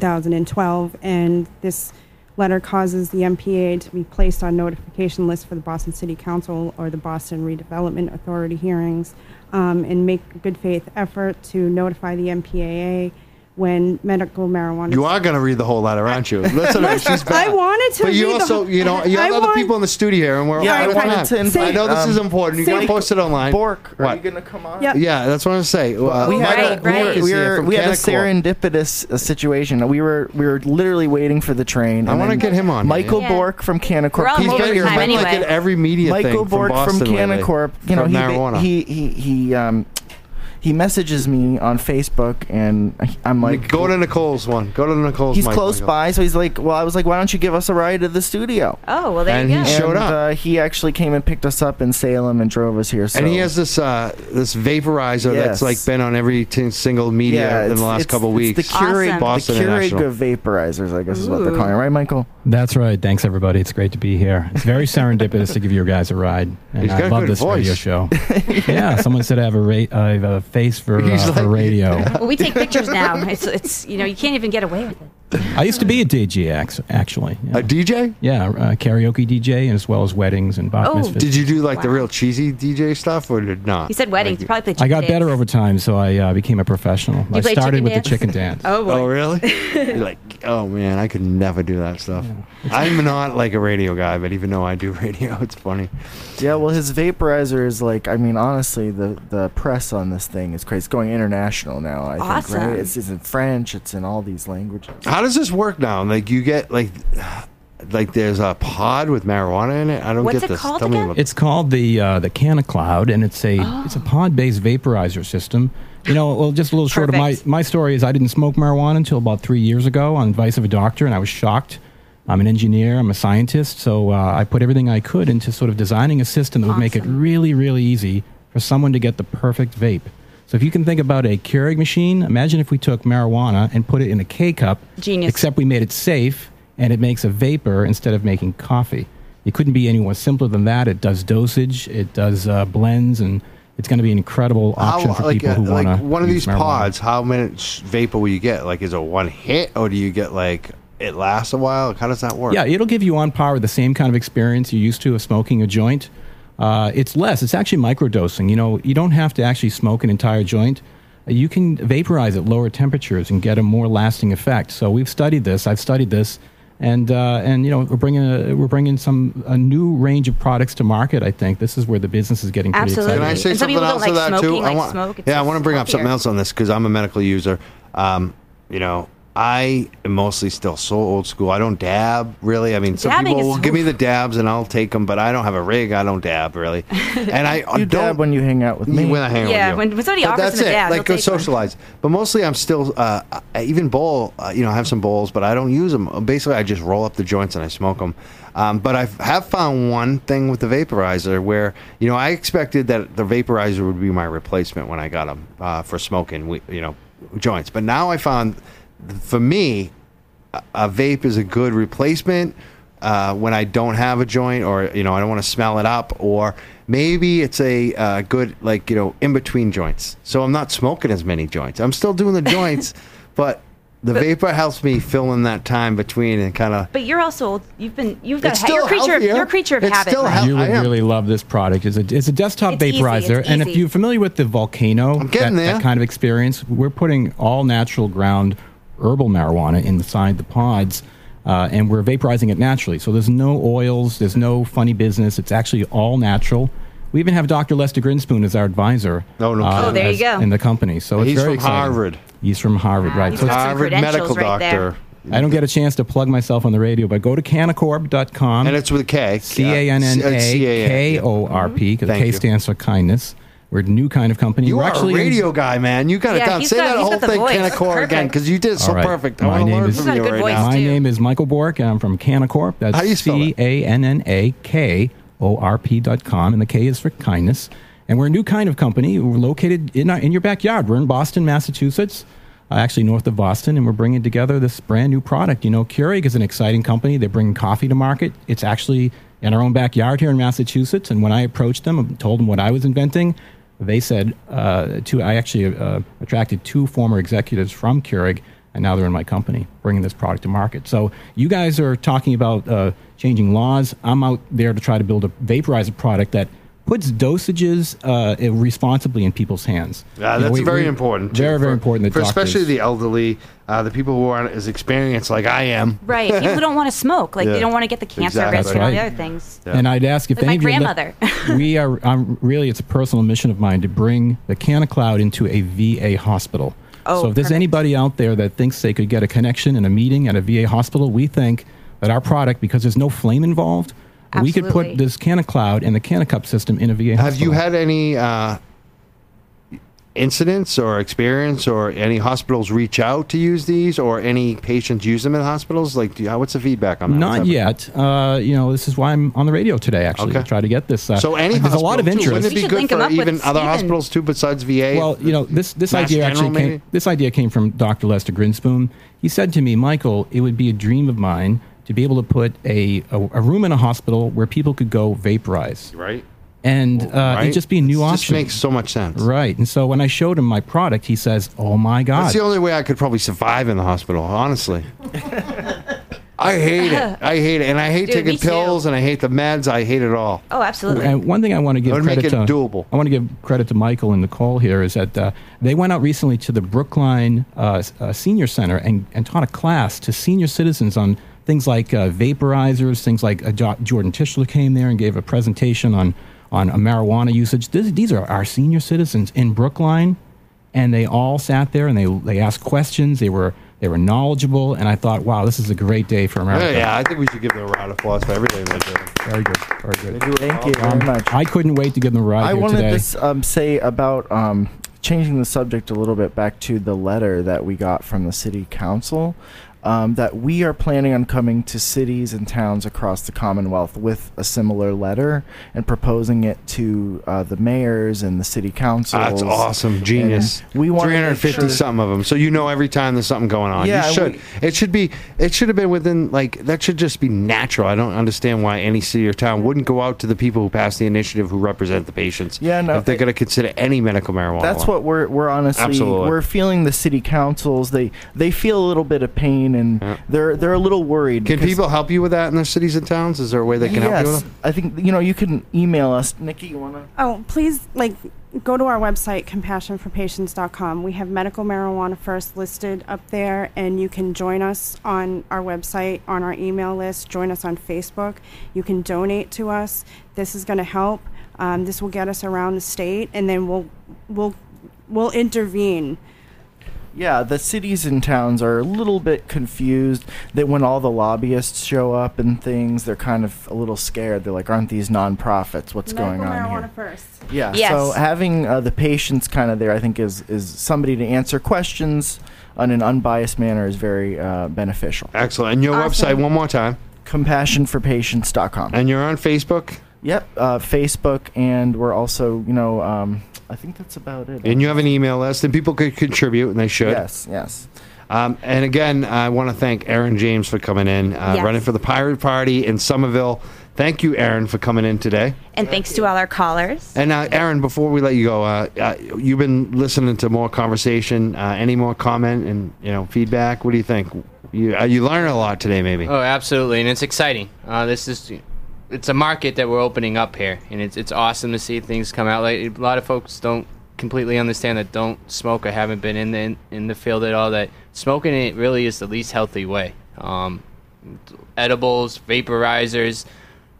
2012, and this letter causes the MPA to be placed on notification list for the Boston City Council or the Boston Redevelopment Authority hearings, um, and make a good faith effort to notify the MPAA when medical marijuana
You are going to read the whole letter, aren't
*laughs*
you? Listen, to her. she's
I wanted to.
But you
read the
also,
whole-
you know, you
I
have other
want-
people in the studio here, and we're
Yeah,
all
I
out of
wanted
time.
to invite,
I know this
um,
is important. You're gonna
Say-
post it online. Bork,
Are
what?
you gonna come on?
Yeah, that's what I'm saying. Uh,
we had, a, we
Michael Bork
were-
is
we
here
were,
from
we had a
Canaccord.
serendipitous uh, situation. We were we were literally waiting for the train.
I
and
wanna
then
get him on here.
Michael
Yeah.
Bork from
We're all
Canaccord.
He's been over here. time He's been, like, anyway. at every media
Michael
thing from
Bork
Boston
from
lately,
Canaccord. You know
from
he
marijuana.
he he he um he messages me on Facebook and I'm like
Go to Nicole's one. Go to Nicole's.
He's
mic,
close
Michael.
by, so he's like, "Well, I was like, why don't you give us a ride to the studio?"
Oh well, there
And
you
he
go.
showed up.
Uh, he actually came and picked us up in Salem and drove us here. So.
And he has this uh, this vaporizer
Yes.
that's like been on every t- single media
Yeah,
in
it's-
the last
it's-
couple
it's
weeks.
the Keurig- Awesome.
Boston
the Keurig
International.
of vaporizers, I guess is what they're calling it, right, Michael?
That's right. Thanks, everybody. It's great to be here. It's
*laughs*
very serendipitous to give you guys a ride, and
He's got
I
a
love
good
this radio
voice.
show.
*laughs*
yeah, someone said I have a, ra- I have a face for, uh,
He's
for radio.
*laughs*
Well, we take pictures now. It's it's you know you can't even get away with it.
I used to be a DJ, ax- actually. A
DJ?
Yeah, uh, karaoke DJ, as well as weddings and bat
Oh.
mitzvahs.
Did you do like the
Wow.
real cheesy DJ stuff or did not?
He said weddings. You probably played.
I got
chicken
better
dance.
over time, so I uh, became a professional.
You
I
played
started
chicken
with
dance?
the chicken dance.
Oh, boy.
Oh, really? *laughs* You're like, oh man, I could never do that stuff. I'm not like a radio guy, but even though I do *laughs* radio, it's funny.
Yeah, well, his vaporizer is like, I mean, honestly, the, the press on this thing is crazy. It's going international now, I
Awesome.
think, right? It's, it's in French, it's in all these languages.
How does this work now? Like you get like *sighs* like there's a pod with marijuana in it. I don't
What's
get
it
this.
called
Tell me about-
It's called the uh, the Canna Cloud, and it's a it's a pod based vaporizer system. You know, well, just a little short of my my story is I didn't smoke marijuana until about three years ago on advice of a doctor, and I was shocked. I'm an engineer. I'm a scientist, so uh, I put everything I could into sort of designing a system that would make it really, really easy for someone to get the perfect vape. So if you can think about a Keurig machine, imagine if we took marijuana and put it in a K cup.
Genius.
Except we made it safe, and it makes a vapor instead of making coffee. It couldn't be any more simpler than that. It does dosage, it does uh, blends, and it's going to be an incredible option for
like,
people
uh,
who
like
want to
one of
use
these
marijuana.
pods, how much vapor will you get? Like, is it one hit or do you get like it lasts a while? How does that work?
Yeah, it'll give you on par with the same kind of experience you're used to of smoking a joint. Uh, it's less. It's actually microdosing. You know, you don't have to actually smoke an entire joint. Uh, You can vaporize at lower temperatures and get a more lasting effect. So we've studied this. I've studied this, and uh, and you know we're bringing a, we're bringing some a new range of products to market. I think this is where the business is getting pretty
Can
exciting.
I say something else to that too? I want, yeah, I want to bring up something else on this because I'm a medical user. Um, you know, I am mostly still so old school. I don't dab really. I mean, some
Dabbing
people
is-
will give me the dabs and I'll take them, but I don't have a rig. I don't dab really.
*laughs*
And I
You
don't,
dab when you hang out with me.
When I hang out
Yeah,
with you.
when- when somebody
But
offers
that's
them a
it.
dab,
like go
they'll take one.
socialize. But mostly, I'm still uh, I even bowl. Uh, you know, I have some bowls, but I don't use them. Basically, I just roll up the joints and I smoke them. Um, but I have found one thing with the vaporizer where you know I expected that the vaporizer would be my replacement when I got them uh, for smoking. we- You know, joints. But now I found for me, a- a vape is a good replacement uh, when I don't have a joint, or you know, I don't want to smell it up, or maybe it's a uh, good like you know in between joints. So I'm not smoking as many joints. I'm still *laughs* doing the joints, but the vapor helps me fill in that time between and kind of
But you're also old. You've been. You've got.
It's
a, you're
still
a creature. Of,
healthier.
you're a creature of
It's
habit.
still
Mike.
health-
you would
I am.
really love this product. It's a, it's a desktop
It's easy,
vaporizer,
it's
and if
easy.
you're familiar with the volcano, that, that kind of experience, we're putting all natural ground herbal marijuana inside the pods, uh, and we're vaporizing it naturally. So there's no oils, there's no funny business. It's actually all natural. We even have Dr. Lester Grinspoon as our advisor. uh,
Oh, no
kidding. Oh, there you go.
In the company, so it's
He's
very
from
exciting.
Harvard.
He's from Harvard, right?
He's
So
got
it's-
some Harvard credentials medical right there. doctor.
I don't get a chance to plug myself on the radio, but go to canacorp.com. And
it's with a K.
C A N N A K O R P, because
Thank
K
you.
stands for kindness. We're a new kind of company.
You
We're
are
actually
a radio guy, man. You got to
Yeah,
down.
he's
Say
got-
that
he's
whole
got the
thing,
voice.
Canacore again, because you did it so
All right.
perfect. I
My
want to
name
learn
is,
from you right now.
My name is Michael Bork, and I'm from Canacorp. That's
How do you spell
C A N N A K O R P dot com, and the K is for kindness. And we're a new kind of company. We're located in our, in your backyard. We're in Boston, Massachusetts. Uh, actually, north of Boston, and we're bringing together this brand new product. You know, Keurig is an exciting company. They're bringing coffee to market. It's actually in our own backyard here in Massachusetts. And when I approached them and told them what I was inventing, they said uh, two, I actually uh, attracted two former executives from Keurig, and now they're in my company bringing this product to market. So you guys are talking about uh, changing laws. I'm out there to try to build a vaporizer product that puts dosages uh, responsibly in people's hands.
Yeah,
You know,
that's
we-
very
we-
important. too,
Very,
for-
very important.
for
That doctors-
especially the elderly, uh, the people who aren't as experienced like I am.
Right.
*laughs*
People don't want to smoke. Like
Yeah.
they don't want to get the cancer
Exactly.
risk and all the
Right.
other things.
And I'd ask if
Like my
any of you li-
grandmother.
*laughs* we are. I'm really. It's a personal mission of mine to bring the Canna Cloud into a VA hospital.
Oh,
so if there's
perfect.
anybody out there that thinks they could get a connection and a meeting at a VA hospital, we think that our product, because there's no flame involved, we could put
Absolutely.
this Canna Cloud and the Canna Cup system in a VA
Have
hospital.
you had any uh, incidents or experience, or any hospitals reach out to use these, or any patients use them in hospitals? Like, do you, what's the feedback on that? What's
Not
that-
yet. Uh, you know, this is why I'm on the radio today. Actually, to try to get this. Uh,
So any
there's a lot of
hospital, too.
interest.
Wouldn't it be good for even other hospitals too, besides VA?
Well, you know, this this
Mass
idea
General,
actually came,
maybe?
this idea came from Dr. Lester Grinspoon. He said to me, Michael, it would be a dream of mine to be able to put a a, a room in a hospital where people could go vaporize.
Right.
And uh,
right?
it'd just be a new
This just
option.
makes so much sense.
Right. And so when I showed him my product, he says, "Oh my God!"
That's the only way I could probably survive in the hospital, honestly. I hate it. I hate it, and I hate
Dude, me
taking
too.
pills, and I hate the meds. I hate it all.
Oh, absolutely.
And one thing I want to give
That would
credit
make it
to,
doable.
I want to give credit to Michael and Nicole here is that uh, they went out recently to the Brookline uh, s- uh, Senior Center and, and taught a class to senior citizens on things like uh, vaporizers, things like uh, Jo- Jordan Tischler came there and gave a presentation on on uh, marijuana usage. This, these are our senior citizens in Brookline and they all sat there and they they asked questions. They were they were knowledgeable, and I thought, wow, this is a great day for America.
Yeah, yeah, I think we should give them a round of applause for everything they do.
Very good. Very
good.
Thank you very much.
I couldn't wait to give them a ride
I
here
wanted
today.
to s- um, say about um, changing the subject a little bit back to the letter that we got from the city council. Um, that we are planning on coming to cities and towns across the Commonwealth with a similar letter and proposing it to uh, the mayors and the city councils.
That's awesome,
And
genius.
we want
three hundred fifty something of them, so you know every time there's something going on.
Yeah,
you should. it should be. It should have been within like that. Should just be natural. I don't understand why any city or town wouldn't go out to the people who pass the initiative who represent the patients.
Yeah, no,
If they're going to consider any medical marijuana,
That's what we're we're honestly
Absolutely.
we're feeling the city councils they they feel a little bit of pain and they're they're a little worried.
Can
because-
people help you with that in their cities and towns? Is there a way they can help you
yes,
with
I think you know you can email us, Nikki. You wanna?
Oh, please, like, go to our website, compassionforpatients.com. We have medical marijuana first listed up there, and you can join us on our website, on our email list, join us on Facebook. You can donate to us. This is going to help. Um, this will get us around the state, and then we'll we'll we'll intervene.
Yeah, the cities and towns are a little bit confused that when all the lobbyists show up and things, they're kind of a little scared. They're like, "Aren't these nonprofits? What's going
Medical
on
marijuana
here?"
first.
Yeah.
Yes.
So having uh, the patients kind of there, I think, is is somebody to answer questions in an unbiased manner is very uh, beneficial.
Excellent. And your website one more time.
Compassionforpatients.com.
And you're on Facebook.
Yep, uh, Facebook, and we're also, you know, um, I think that's about it.
that? And you have an email list, and people could contribute, and they should.
Yes, yes.
Um, and again, I want to thank Aaron James for coming in, uh,
Yes.
running for the Pirate Party in Somerville. Thank you, Aaron, for coming in today.
And thanks to all our callers.
And uh, Aaron, before we let you go, uh, uh, you've been listening to more conversation. Uh, any more comment and you know feedback? What do you think? You uh, you learned a lot today, maybe.
Oh, absolutely, and it's exciting. Uh, this is it's a market that we're opening up here, and it's it's awesome to see things come out. Like a lot of folks don't completely understand that don't smoke or haven't been in the in, the field at all. That smoking it really is the least healthy way. Um, edibles, vaporizers,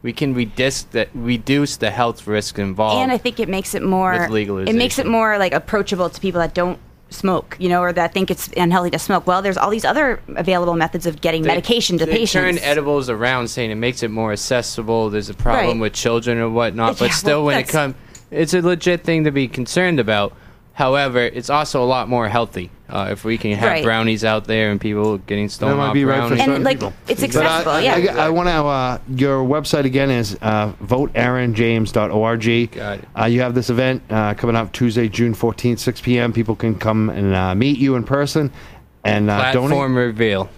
we can reduce the, reduce the health risk involved.
and I think it makes it more
Um, With
it
legalization.
makes it more like approachable to people that don't smoke, you know, or that think it's unhealthy to smoke. Well, there's all these other available methods of getting
They-
medication to
they
patients.
turn edibles around, saying it makes it more accessible. There's a problem
Right.
with children or whatnot, but
Yeah,
still,
well,
when it
that's-
comes, it's a legit thing to be concerned about. However, it's also a lot more healthy uh, if we can have
Right.
brownies out there and people getting stolen.
That might
off
be right for
brownies.
certain people. but, uh, I, I, want to. Uh, your website again is uh, voteaaronjames.org. Got it. Uh, you have this event uh, coming up Tuesday, June 14th, 6 p.m. People can come and uh, meet you in person and uh,
Platform
donate.
reveal.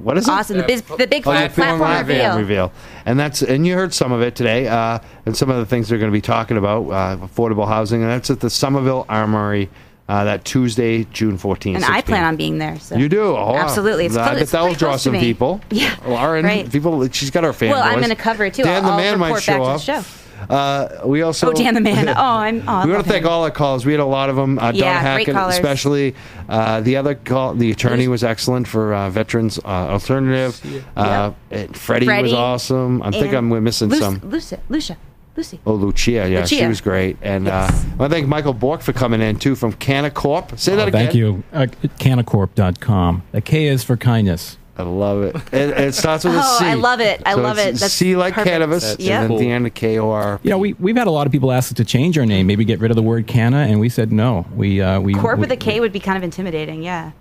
What is it?
Awesome. The biz- the big
Oh,
flat platform reveal.
And that's and you heard some of it today, uh, and some of the things they're going to be talking about uh, affordable housing, and that's at the Somerville Armory uh, that Tuesday, June 14th.
and
6
I plan
p.m.
on being there. So
You do? Oh, wow.
absolutely. It's
I
close,
bet
it's
that will
pretty
draw
close to
some
me.
people.
Yeah,
Lauren,
right.
people, she's got her fan
Well, I'm
boys.
going to cover it too.
Dan
I'll
the man might
report back
show up.
to the show.
Uh, we also.
oh, Dan
*laughs*
the man. Oh, I'm. Oh, I
we
love
want to thank
him.
all our callers. We had a lot of them. Uh, Donna
Yeah, great
Hackett,
callers.
especially uh, the other call. The attorney was excellent for uh, veterans uh, alternative. Uh, and Freddie, was
Freddie
awesome. I think
and
I'm we're missing
Lucy,
some.
Lucy, Lucia, Lucy.
Oh, Lucia, yeah, she
Lucia.
was great. And uh, I want to thank Michael Bork for coming in too from Canacorp. Say that
Oh,
again.
Thank you. Uh, canacorp.com. The K is for kindness.
I love it. It, it starts with a
Oh,
C.
I love it. *laughs* I
So
love
it's
it. That's
C like
perfect.
cannabis,
That's
and then
cool.
at the end of K O R.
You know, we, we've had a lot of people ask us to change our name, maybe get rid of the word canna, and we said no. We, uh, we,
Corp
we-
with a K would be kind of intimidating. Yeah.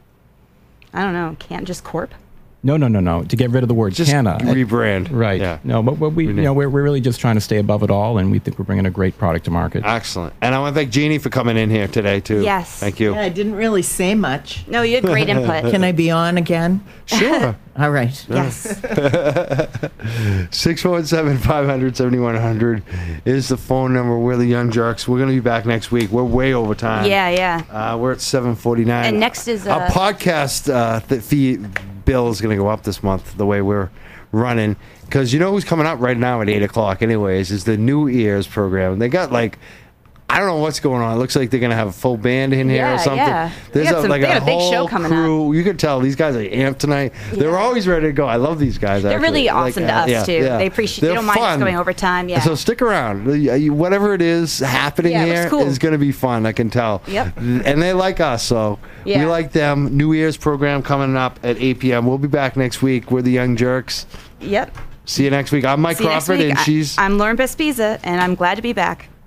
I don't know. Can't just corp.
No, no, no, no. To get rid of the word canna.
rebrand.
Right. No, but, but we, you know, we're, we're really just trying to stay above it all, and we think we're bringing a great product to market.
Excellent. And I want to thank Jeannie for coming in here today too.
Yes.
Thank you.
Yeah, I didn't really say much.
No, you had
great input.
Can I be on again? *laughs*
Sure.
All right.
Yes. *laughs* 617 500 7100 is the phone number. We're the Young Jerks. We're going to be back next week. We're way over time.
Yeah, yeah.
Uh, we're at 749.
And next is,
Our
uh,
podcast uh, th- fee bill is going to go up this month the way we're running. Because you know who's coming up right now at 8 o'clock, anyways, is the New Ears program. They got like. I don't know what's going on. It looks like they're gonna have a full band in here
Yeah,
or something.
yeah. They got some- they got a big show coming up.
crew. You can tell these guys are amped tonight. They're always ready to go. I love these guys.
They're really
actually. Like,
awesome
uh,
to us
yeah,
too.
yeah.
They appreciate. They
They're
don't mind us
fun.
going over time. Yeah.
So stick around. Uh, you- Whatever it is happening
Yeah, it looks
here is
cool.
going to be fun. I can tell.
Yep.
And they like us, so we
Yeah.
like them. New Year's program coming up at 8 p.m. We'll be back next week. We're the Young Jerks.
yep.
See you next week. I'm Mike
See you next
Crawford,
week.
and
I-
she's.
I'm Lauren Bespiza, and I'm glad to be back.